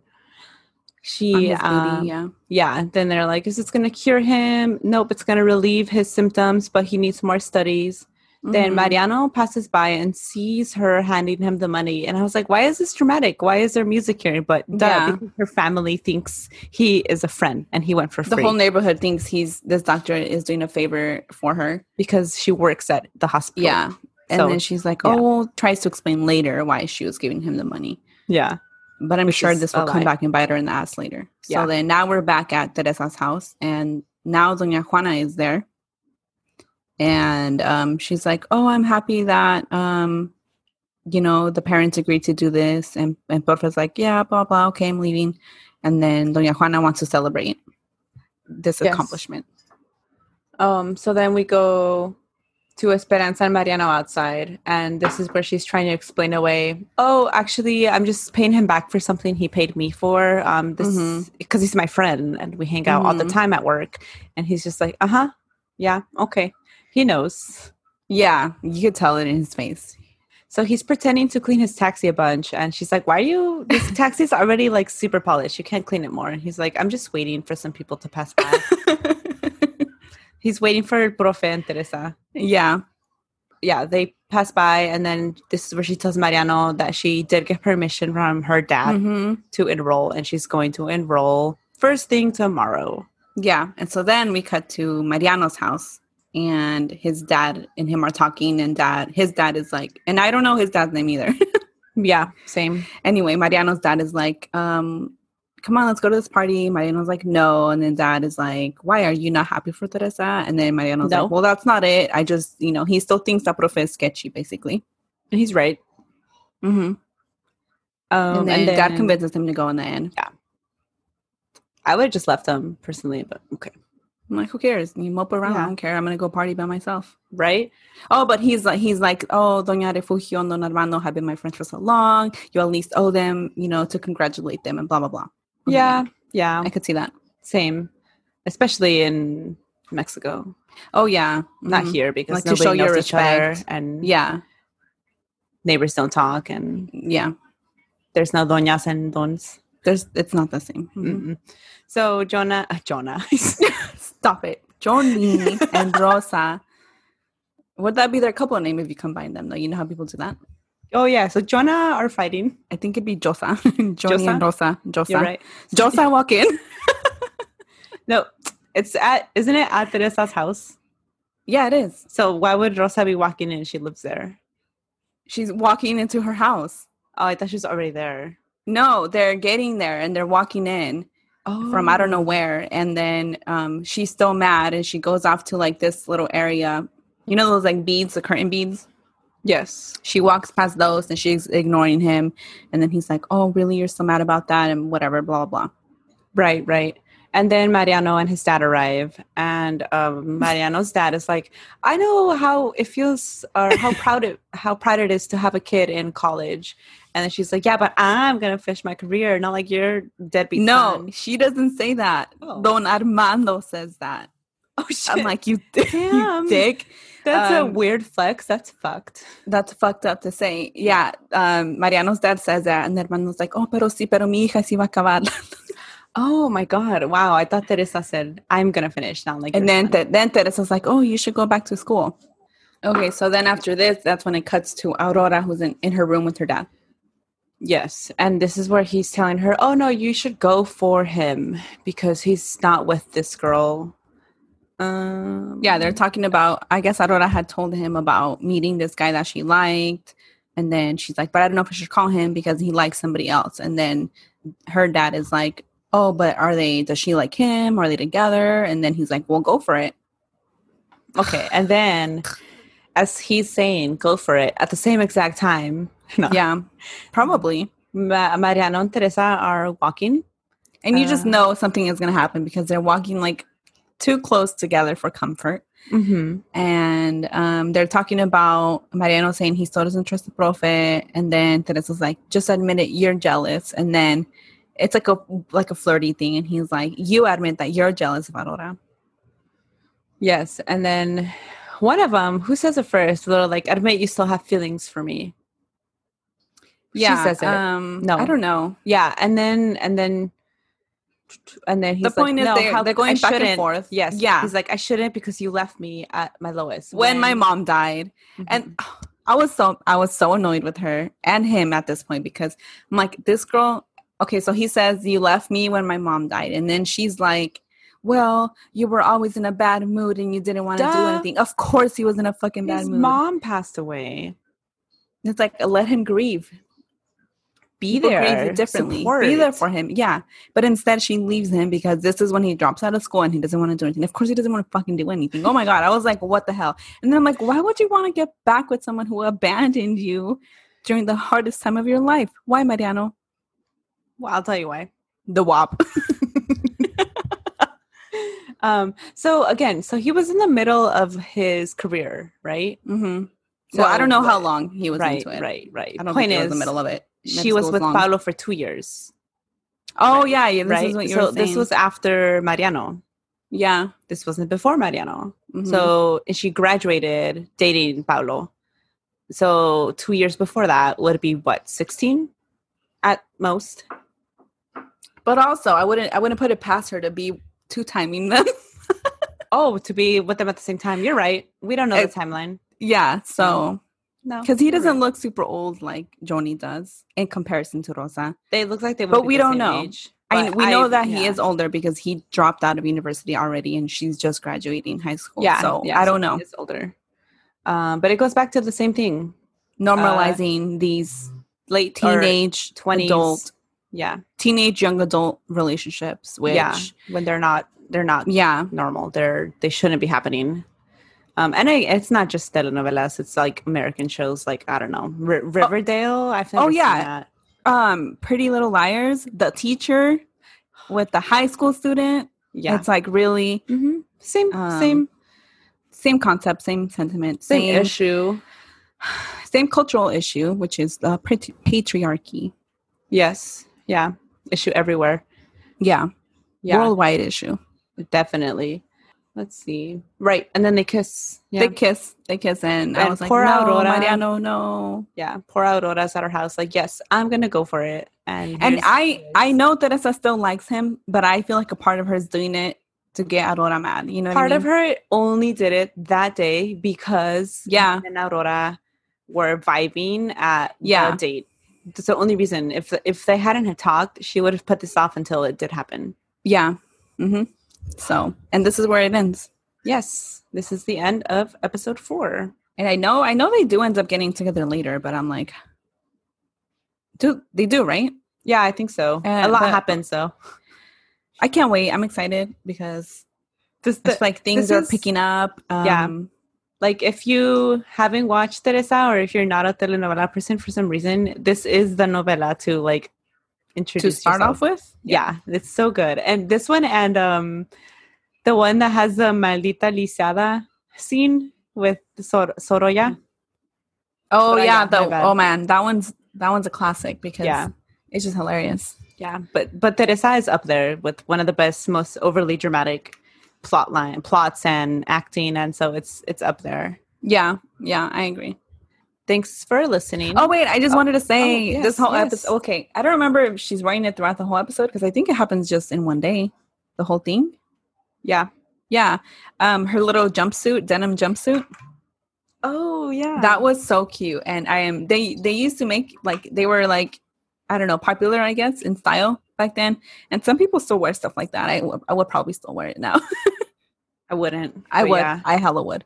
[SPEAKER 1] She,
[SPEAKER 2] his
[SPEAKER 1] um,
[SPEAKER 2] booty, yeah.
[SPEAKER 1] yeah. and Then they're like, is this going to cure him? Nope, it's going to relieve his symptoms, but he needs more studies. Then
[SPEAKER 2] Mhm.
[SPEAKER 1] Mariano passes by and sees her handing him the money. And I was like, why is this dramatic? Why is there music here? But duh,
[SPEAKER 2] Yeah.
[SPEAKER 1] because her family thinks he is a friend and he went for
[SPEAKER 2] the
[SPEAKER 1] free
[SPEAKER 2] whole neighborhood thinks he's this doctor is doing a favor for her.
[SPEAKER 1] because she works at the hospital.
[SPEAKER 2] Yeah. And
[SPEAKER 1] So-
[SPEAKER 2] then she's like,
[SPEAKER 1] yeah.
[SPEAKER 2] oh, tries to explain later why she was giving him the money.
[SPEAKER 1] Yeah.
[SPEAKER 2] But I'm
[SPEAKER 1] Which
[SPEAKER 2] sure
[SPEAKER 1] is
[SPEAKER 2] this
[SPEAKER 1] a
[SPEAKER 2] will come
[SPEAKER 1] lie.
[SPEAKER 2] back and bite her in the ass later.
[SPEAKER 1] Yeah.
[SPEAKER 2] So then now we're back at Teresa's house, and now Doña Juana is there. And um, she's like, Oh, I'm happy that, um, you know, the parents agreed to do this. And, and Porfa's like, Yeah, blah, blah, okay, I'm leaving. And then Doña Juana wants to celebrate this
[SPEAKER 1] Yes.
[SPEAKER 2] accomplishment.
[SPEAKER 1] Um, so then we go to Esperanza and Mariano outside, and this is where she's trying to explain away. Oh, actually, I'm just paying him back for something he paid me for. Um, this because
[SPEAKER 2] Mhm.
[SPEAKER 1] he's my friend and we hang out all the
[SPEAKER 2] Mhm.
[SPEAKER 1] time at work, and he's just like, uh huh, yeah, okay, he knows.
[SPEAKER 2] Yeah, you could tell it in his face.
[SPEAKER 1] So he's pretending to clean his taxi a bunch, and she's like, "Why are you? This taxi's already like super polished. You can't clean it more." And he's like, "I'm just waiting for some people to pass by." he's waiting for Profe and Teresa.
[SPEAKER 2] yeah.
[SPEAKER 1] yeah, they pass by, and then this is where she tells Mariano that she did get permission from her dad
[SPEAKER 2] hmm
[SPEAKER 1] to enroll, and she's going to enroll first thing tomorrow.
[SPEAKER 2] Yeah. And so then we cut to Mariano's house and his dad and him are talking and dad his dad is like and I don't know his dad's name either.
[SPEAKER 1] Yeah, same.
[SPEAKER 2] anyway, Mariano's dad is like, um, come on, let's go to this party. Mariano's like, no. And then dad is like, why are you not happy for Teresa? And then Mariano's
[SPEAKER 1] No.
[SPEAKER 2] like, well, that's not it. I just, you know, he still thinks that profe is sketchy, basically.
[SPEAKER 1] And he's right.
[SPEAKER 2] Mm-hmm.
[SPEAKER 1] Um,
[SPEAKER 2] and, then dad convinces him to go in the end.
[SPEAKER 1] I would have just left him personally, but okay,
[SPEAKER 2] I'm like, who cares? You mope around.
[SPEAKER 1] Yeah.
[SPEAKER 2] I don't care. I'm gonna go party by myself.
[SPEAKER 1] right?
[SPEAKER 2] Oh, but he's like, he's like, oh, Doña Refugio and Don Armando have been my friends for so long. You at least owe them, you know, to congratulate them and blah blah blah. I'm
[SPEAKER 1] Yeah,
[SPEAKER 2] like,
[SPEAKER 1] yeah,
[SPEAKER 2] I could see that.
[SPEAKER 1] same. Especially in Mexico,
[SPEAKER 2] Oh yeah,
[SPEAKER 1] not
[SPEAKER 2] Mhm.
[SPEAKER 1] here because
[SPEAKER 2] Like, to
[SPEAKER 1] nobody
[SPEAKER 2] show
[SPEAKER 1] knows
[SPEAKER 2] your
[SPEAKER 1] each other,
[SPEAKER 2] respect.
[SPEAKER 1] and
[SPEAKER 2] Yeah,
[SPEAKER 1] neighbors don't talk, and
[SPEAKER 2] yeah.
[SPEAKER 1] there's no doñas and dons.
[SPEAKER 2] There's, it's not the same. Mhm.
[SPEAKER 1] Mm-mm. So Jonah, uh, Jonah.
[SPEAKER 2] Stop it, Johnny and Rosa. Would that be their couple name if you combine them? Though you know how people do that.
[SPEAKER 1] Oh yeah, so Jonah are fighting.
[SPEAKER 2] I think it'd be Josa, Johnny and Rosa. Josa,
[SPEAKER 1] You're right.
[SPEAKER 2] Josa, walk in.
[SPEAKER 1] No, it's at isn't it at Teresa's house?
[SPEAKER 2] yeah, it is.
[SPEAKER 1] So why would Rosa be walking in? She lives there.
[SPEAKER 2] She's walking into her house.
[SPEAKER 1] Oh, I thought she was already there.
[SPEAKER 2] No, they're getting there and they're walking in
[SPEAKER 1] Oh,
[SPEAKER 2] from I don't know where. And then um, she's still mad and she goes off to like this little area. You know those like beads, the curtain beads?
[SPEAKER 1] Yes.
[SPEAKER 2] She walks past those and she's ignoring him. And then he's like, oh, really? You're so mad about that and whatever, blah, blah.
[SPEAKER 1] Right, right. And then Mariano and his dad arrive, and um, Mariano's dad is like, "I know how it feels, or how proud it, how proud it is to have a kid in college." And then she's like, "Yeah, but I'm gonna finish my career, not like your deadbeat
[SPEAKER 2] no,
[SPEAKER 1] son."
[SPEAKER 2] she doesn't say that.
[SPEAKER 1] Oh.
[SPEAKER 2] Don Armando says that.
[SPEAKER 1] Oh shit!
[SPEAKER 2] I'm like, you, dick, you
[SPEAKER 1] Damn.
[SPEAKER 2] dick.
[SPEAKER 1] that's a
[SPEAKER 2] um,
[SPEAKER 1] weird flex. That's fucked.
[SPEAKER 2] That's fucked up to say. Yeah. Um, Mariano's dad says that, and Hermano's like, oh, pero sí, pero mi hija sí va a acabar.
[SPEAKER 1] Oh my god! Wow, I thought Teresa said I'm gonna finish. Not like
[SPEAKER 2] and
[SPEAKER 1] you're
[SPEAKER 2] then,
[SPEAKER 1] done.
[SPEAKER 2] Te- then Teresa's like, oh, you should go back to school. Okay, so then after this, that's when it cuts to Aurora, who's in, in her room with her dad.
[SPEAKER 1] yes, and this is where he's telling her, "Oh no, you should go for him because he's not with this girl." Um,
[SPEAKER 2] Yeah, they're talking about, I guess Aurora had told him about meeting this guy that she liked. And then she's like, but I don't know if I should call him because he likes somebody else. And then her dad is like, oh, but are they, does she like him? Are they together? And then he's like, well, go for it.
[SPEAKER 1] Okay, and then as he's saying, "Go for it," at the same exact time, no.
[SPEAKER 2] Yeah, probably.
[SPEAKER 1] Ma- Mariano and Teresa are walking.
[SPEAKER 2] And you just
[SPEAKER 1] Uh,
[SPEAKER 2] know something is going to happen because they're walking like too close together for comfort.
[SPEAKER 1] Mm-hmm.
[SPEAKER 2] And um, they're talking about Mariano saying he still doesn't trust the prophet. And then Teresa's like, just admit it, you're jealous. And then it's like a like a flirty thing. And he's like, you admit that you're jealous of Aurora.
[SPEAKER 1] Yes, and then one of them, who says it first? They're like, "Admit you still have feelings for me." she says it.
[SPEAKER 2] Um,
[SPEAKER 1] No.
[SPEAKER 2] I don't know.
[SPEAKER 1] yeah, and then and then and then he's
[SPEAKER 2] The point
[SPEAKER 1] like,
[SPEAKER 2] is
[SPEAKER 1] no,
[SPEAKER 2] they're-
[SPEAKER 1] how-
[SPEAKER 2] they're going
[SPEAKER 1] I
[SPEAKER 2] back and
[SPEAKER 1] shouldn't."
[SPEAKER 2] forth.
[SPEAKER 1] Yes,
[SPEAKER 2] Yeah.
[SPEAKER 1] He's like, "I shouldn't because you left me at my lowest
[SPEAKER 2] When my mom died,
[SPEAKER 1] and
[SPEAKER 2] and I was so I was so annoyed with her and him at this point because I'm like this girl okay so he says you left me when my mom died and then she's like well you were always in a bad mood and you didn't want to do
[SPEAKER 1] Duh.
[SPEAKER 2] anything of course he was in a fucking bad
[SPEAKER 1] his
[SPEAKER 2] mood
[SPEAKER 1] mom passed away.
[SPEAKER 2] it's like let him grieve
[SPEAKER 1] Be
[SPEAKER 2] People grieve
[SPEAKER 1] there
[SPEAKER 2] differently
[SPEAKER 1] Support.
[SPEAKER 2] be there for him yeah but instead she leaves him because this is when he drops out of school and he doesn't want to do anything of course he doesn't want to fucking do anything oh my god I was like what the hell and then I'm like why would you want to get back with someone who abandoned you during the hardest time of your life why Mariano
[SPEAKER 1] Well, I'll tell you why.
[SPEAKER 2] the WAP.
[SPEAKER 1] Um, so again, so he was in the middle of his career, right?
[SPEAKER 2] mm-hmm.
[SPEAKER 1] So,
[SPEAKER 2] well, I don't know how
[SPEAKER 1] but-
[SPEAKER 2] long he was
[SPEAKER 1] right,
[SPEAKER 2] into it.
[SPEAKER 1] right, right.
[SPEAKER 2] I don't
[SPEAKER 1] Point
[SPEAKER 2] think it
[SPEAKER 1] is,
[SPEAKER 2] was the middle of it. Med
[SPEAKER 1] she was
[SPEAKER 2] school's
[SPEAKER 1] with
[SPEAKER 2] long.
[SPEAKER 1] Paulo for two years,
[SPEAKER 2] Oh yeah, yeah. This
[SPEAKER 1] right?
[SPEAKER 2] is what you
[SPEAKER 1] so
[SPEAKER 2] were saying.
[SPEAKER 1] this was after Mariano.
[SPEAKER 2] yeah.
[SPEAKER 1] This wasn't before Mariano.
[SPEAKER 2] Mhm.
[SPEAKER 1] So and she graduated dating Paulo. So two years before that would be what sixteen, at most.
[SPEAKER 2] but also I wouldn't I wouldn't put it past her to be two timing them.
[SPEAKER 1] Oh, to be with them at the same time. You're right. We don't know
[SPEAKER 2] It-
[SPEAKER 1] the timeline.
[SPEAKER 2] yeah. So
[SPEAKER 1] No,
[SPEAKER 2] because he
[SPEAKER 1] Oh, you're
[SPEAKER 2] doesn't
[SPEAKER 1] right.
[SPEAKER 2] look super old like Joni does in comparison to Rosa.
[SPEAKER 1] They look like they. would
[SPEAKER 2] but
[SPEAKER 1] be
[SPEAKER 2] we
[SPEAKER 1] the
[SPEAKER 2] don't
[SPEAKER 1] same
[SPEAKER 2] know.
[SPEAKER 1] age.
[SPEAKER 2] I
[SPEAKER 1] But
[SPEAKER 2] we know that he
[SPEAKER 1] yeah.
[SPEAKER 2] is older because he dropped out of university already and she's just graduating high school.
[SPEAKER 1] Yeah.
[SPEAKER 2] So
[SPEAKER 1] yeah,
[SPEAKER 2] I don't
[SPEAKER 1] so
[SPEAKER 2] know.
[SPEAKER 1] he is older. Um, but it goes back to the same thing.
[SPEAKER 2] Normalizing these late
[SPEAKER 1] uh, or
[SPEAKER 2] teenage,
[SPEAKER 1] 20s.
[SPEAKER 2] adult
[SPEAKER 1] Yeah.
[SPEAKER 2] teenage young adult relationships which
[SPEAKER 1] yeah.
[SPEAKER 2] yeah,
[SPEAKER 1] When they're not they're not normal. They're they shouldn't be happening. Um, and I, it's not just telenovelas. It's like American shows, like I don't know, R- Riverdale. I've never
[SPEAKER 2] Oh, yeah.
[SPEAKER 1] seen that.
[SPEAKER 2] um pretty little liars the teacher with the high school student
[SPEAKER 1] Yeah,
[SPEAKER 2] it's like really
[SPEAKER 1] hmm same,
[SPEAKER 2] um,
[SPEAKER 1] same,
[SPEAKER 2] same concept same sentiment
[SPEAKER 1] same,
[SPEAKER 2] same
[SPEAKER 1] issue.
[SPEAKER 2] same cultural issue which is the patri- patriarchy
[SPEAKER 1] Yes, yeah, issue everywhere.
[SPEAKER 2] yeah,
[SPEAKER 1] Yeah,
[SPEAKER 2] worldwide issue
[SPEAKER 1] definitely. Let's see. Right, and then they kiss. Yeah,
[SPEAKER 2] they kiss they kiss and, i
[SPEAKER 1] And
[SPEAKER 2] was like
[SPEAKER 1] poor
[SPEAKER 2] no
[SPEAKER 1] Aurora.
[SPEAKER 2] mariano no
[SPEAKER 1] yeah. Poor Aurora's at her house. Like, yes, I'm gonna go for it. And
[SPEAKER 2] and
[SPEAKER 1] here's-
[SPEAKER 2] i i know teresa still likes him but i feel like a part of her is doing it to get aurora mad you know what I
[SPEAKER 1] part of
[SPEAKER 2] mean?
[SPEAKER 1] her only did it that day because
[SPEAKER 2] yeah
[SPEAKER 1] and Aurora were vibing at
[SPEAKER 2] Yeah.
[SPEAKER 1] the date. That's the only reason. If if they hadn't had talked, she would have put this off until it did happen.
[SPEAKER 2] Yeah. hmm So, and this is where it ends.
[SPEAKER 1] Yes, this is the end of episode four.
[SPEAKER 2] And I know, I know they do end up getting together later, but I'm like, do they do right?
[SPEAKER 1] Yeah, I think so.
[SPEAKER 2] Uh,
[SPEAKER 1] a lot
[SPEAKER 2] but-
[SPEAKER 1] happens though.
[SPEAKER 2] I can't wait. I'm excited because
[SPEAKER 1] This
[SPEAKER 2] it's like things
[SPEAKER 1] this
[SPEAKER 2] are
[SPEAKER 1] is-
[SPEAKER 2] picking up. Um,
[SPEAKER 1] Yeah. like if you haven't watched Teresa or if you're not a telenovela person for some reason, this is the novela to like
[SPEAKER 2] To
[SPEAKER 1] introduce
[SPEAKER 2] start
[SPEAKER 1] yourself.
[SPEAKER 2] off with,
[SPEAKER 1] yeah. it's so good. And this one and um the one that has the maldita lisiada scene with Sor-
[SPEAKER 2] Mm-hmm.
[SPEAKER 1] Sorolla.
[SPEAKER 2] Oh
[SPEAKER 1] Soraya,
[SPEAKER 2] yeah.
[SPEAKER 1] my
[SPEAKER 2] The,
[SPEAKER 1] bad.
[SPEAKER 2] oh man, that one's that one's a classic because
[SPEAKER 1] Yeah.
[SPEAKER 2] it's just hilarious.
[SPEAKER 1] Yeah, but but Teresa is up there with one of the best, most overly dramatic plot line plots and acting and so it's it's up there
[SPEAKER 2] Yeah, yeah, I agree.
[SPEAKER 1] thanks for listening
[SPEAKER 2] Oh wait, I just wanted to say
[SPEAKER 1] oh, yes,
[SPEAKER 2] this whole
[SPEAKER 1] yes.
[SPEAKER 2] episode. Okay, I don't remember if she's writing it throughout the whole episode because I think it happens just in one day, the whole thing. Yeah, yeah. Um, her little jumpsuit, denim jumpsuit,
[SPEAKER 1] oh yeah
[SPEAKER 2] that was so cute, and I am. They they used to make like they were like, I don't know, popular I guess in style back then, and some people still wear stuff like that. I w- I would probably still wear it now.
[SPEAKER 1] i wouldn't
[SPEAKER 2] I
[SPEAKER 1] but
[SPEAKER 2] would.
[SPEAKER 1] Oh, yeah.
[SPEAKER 2] I hella would.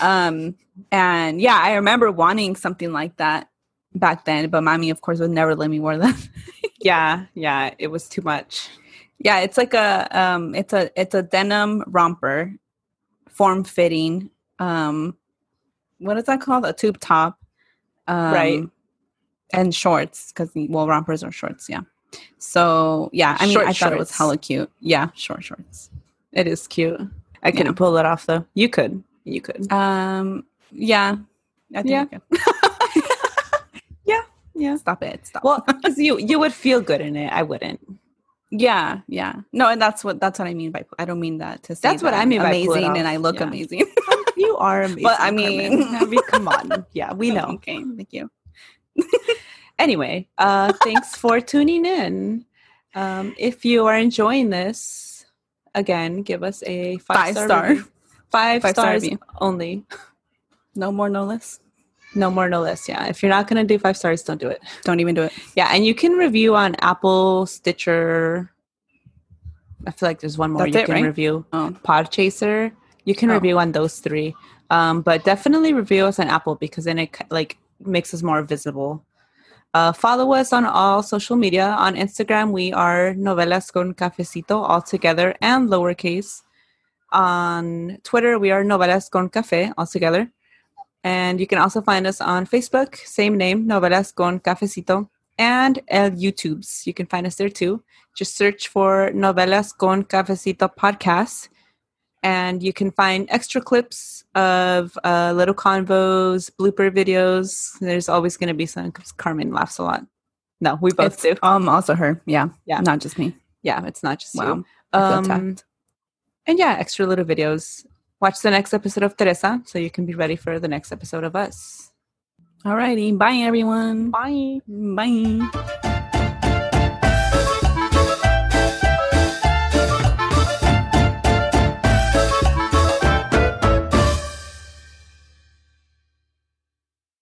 [SPEAKER 2] Um, and yeah, I remember wanting something like that back then, but mommy, of course, would never let me wear that.
[SPEAKER 1] yeah yeah it was too much
[SPEAKER 2] yeah, it's like a um, it's a it's a denim romper, form fitting. Um, what is that called? A tube top, um,
[SPEAKER 1] Right.
[SPEAKER 2] And shorts because well, rompers are shorts. Yeah. So yeah, I mean,
[SPEAKER 1] Short
[SPEAKER 2] I thought it was
[SPEAKER 1] shorts.
[SPEAKER 2] hella cute. Yeah, short shorts.
[SPEAKER 1] it is cute i couldn't pull it off though you could you could
[SPEAKER 2] Um, yeah, I think
[SPEAKER 1] Yeah.
[SPEAKER 2] I can-
[SPEAKER 1] yeah
[SPEAKER 2] Stop it. Stop.
[SPEAKER 1] well because you you would feel good in it i wouldn't
[SPEAKER 2] Yeah, yeah. No, and that's what that's what I mean by I don't mean that to say
[SPEAKER 1] That's what
[SPEAKER 2] that
[SPEAKER 1] I
[SPEAKER 2] I'm
[SPEAKER 1] mean by pull it
[SPEAKER 2] amazing
[SPEAKER 1] off.
[SPEAKER 2] and I look
[SPEAKER 1] Yeah.
[SPEAKER 2] amazing.
[SPEAKER 1] you are amazing
[SPEAKER 2] But, I
[SPEAKER 1] Carmen.
[SPEAKER 2] mean-
[SPEAKER 1] I mean come on yeah we know
[SPEAKER 2] okay, thank you.
[SPEAKER 1] anyway uh thanks for tuning in um if you are enjoying this again give us a five,
[SPEAKER 2] Five star.
[SPEAKER 1] review. five,
[SPEAKER 2] Five star
[SPEAKER 1] stars
[SPEAKER 2] review.
[SPEAKER 1] only
[SPEAKER 2] No more, no less.
[SPEAKER 1] no more no less yeah if you're not gonna do five stars don't do it
[SPEAKER 2] Don't even do it.
[SPEAKER 1] yeah and you can review on apple stitcher i feel like there's one more
[SPEAKER 2] That's
[SPEAKER 1] you
[SPEAKER 2] it,
[SPEAKER 1] can
[SPEAKER 2] right?
[SPEAKER 1] review
[SPEAKER 2] Oh,
[SPEAKER 1] Podchaser. You can
[SPEAKER 2] Oh.
[SPEAKER 1] review on those three, um, but definitely review us on Apple because then it ki- like makes us more visible. Uh, follow us on all social media. On Instagram, we are Novelas con Cafecito, all together and lowercase. On Twitter, we are Novelas con Café, all together. And you can also find us on Facebook, same name, Novelas con Cafecito, and uh, YouTube's. You can find us there too. Just search for Novelas con Cafecito podcast, and you can find extra clips of uh, little convos, blooper videos. There's always going to be some because Carmen laughs a lot. No, we both
[SPEAKER 2] it's
[SPEAKER 1] do.
[SPEAKER 2] um also her. Yeah,
[SPEAKER 1] Yeah.
[SPEAKER 2] not just me.
[SPEAKER 1] Yeah, it's not just you.
[SPEAKER 2] Wow, I feel
[SPEAKER 1] Um, and yeah, extra little videos. Watch the next episode of Teresa so you can be ready for the next episode of us.
[SPEAKER 2] Alrighty, bye everyone.
[SPEAKER 1] Bye.
[SPEAKER 2] Bye.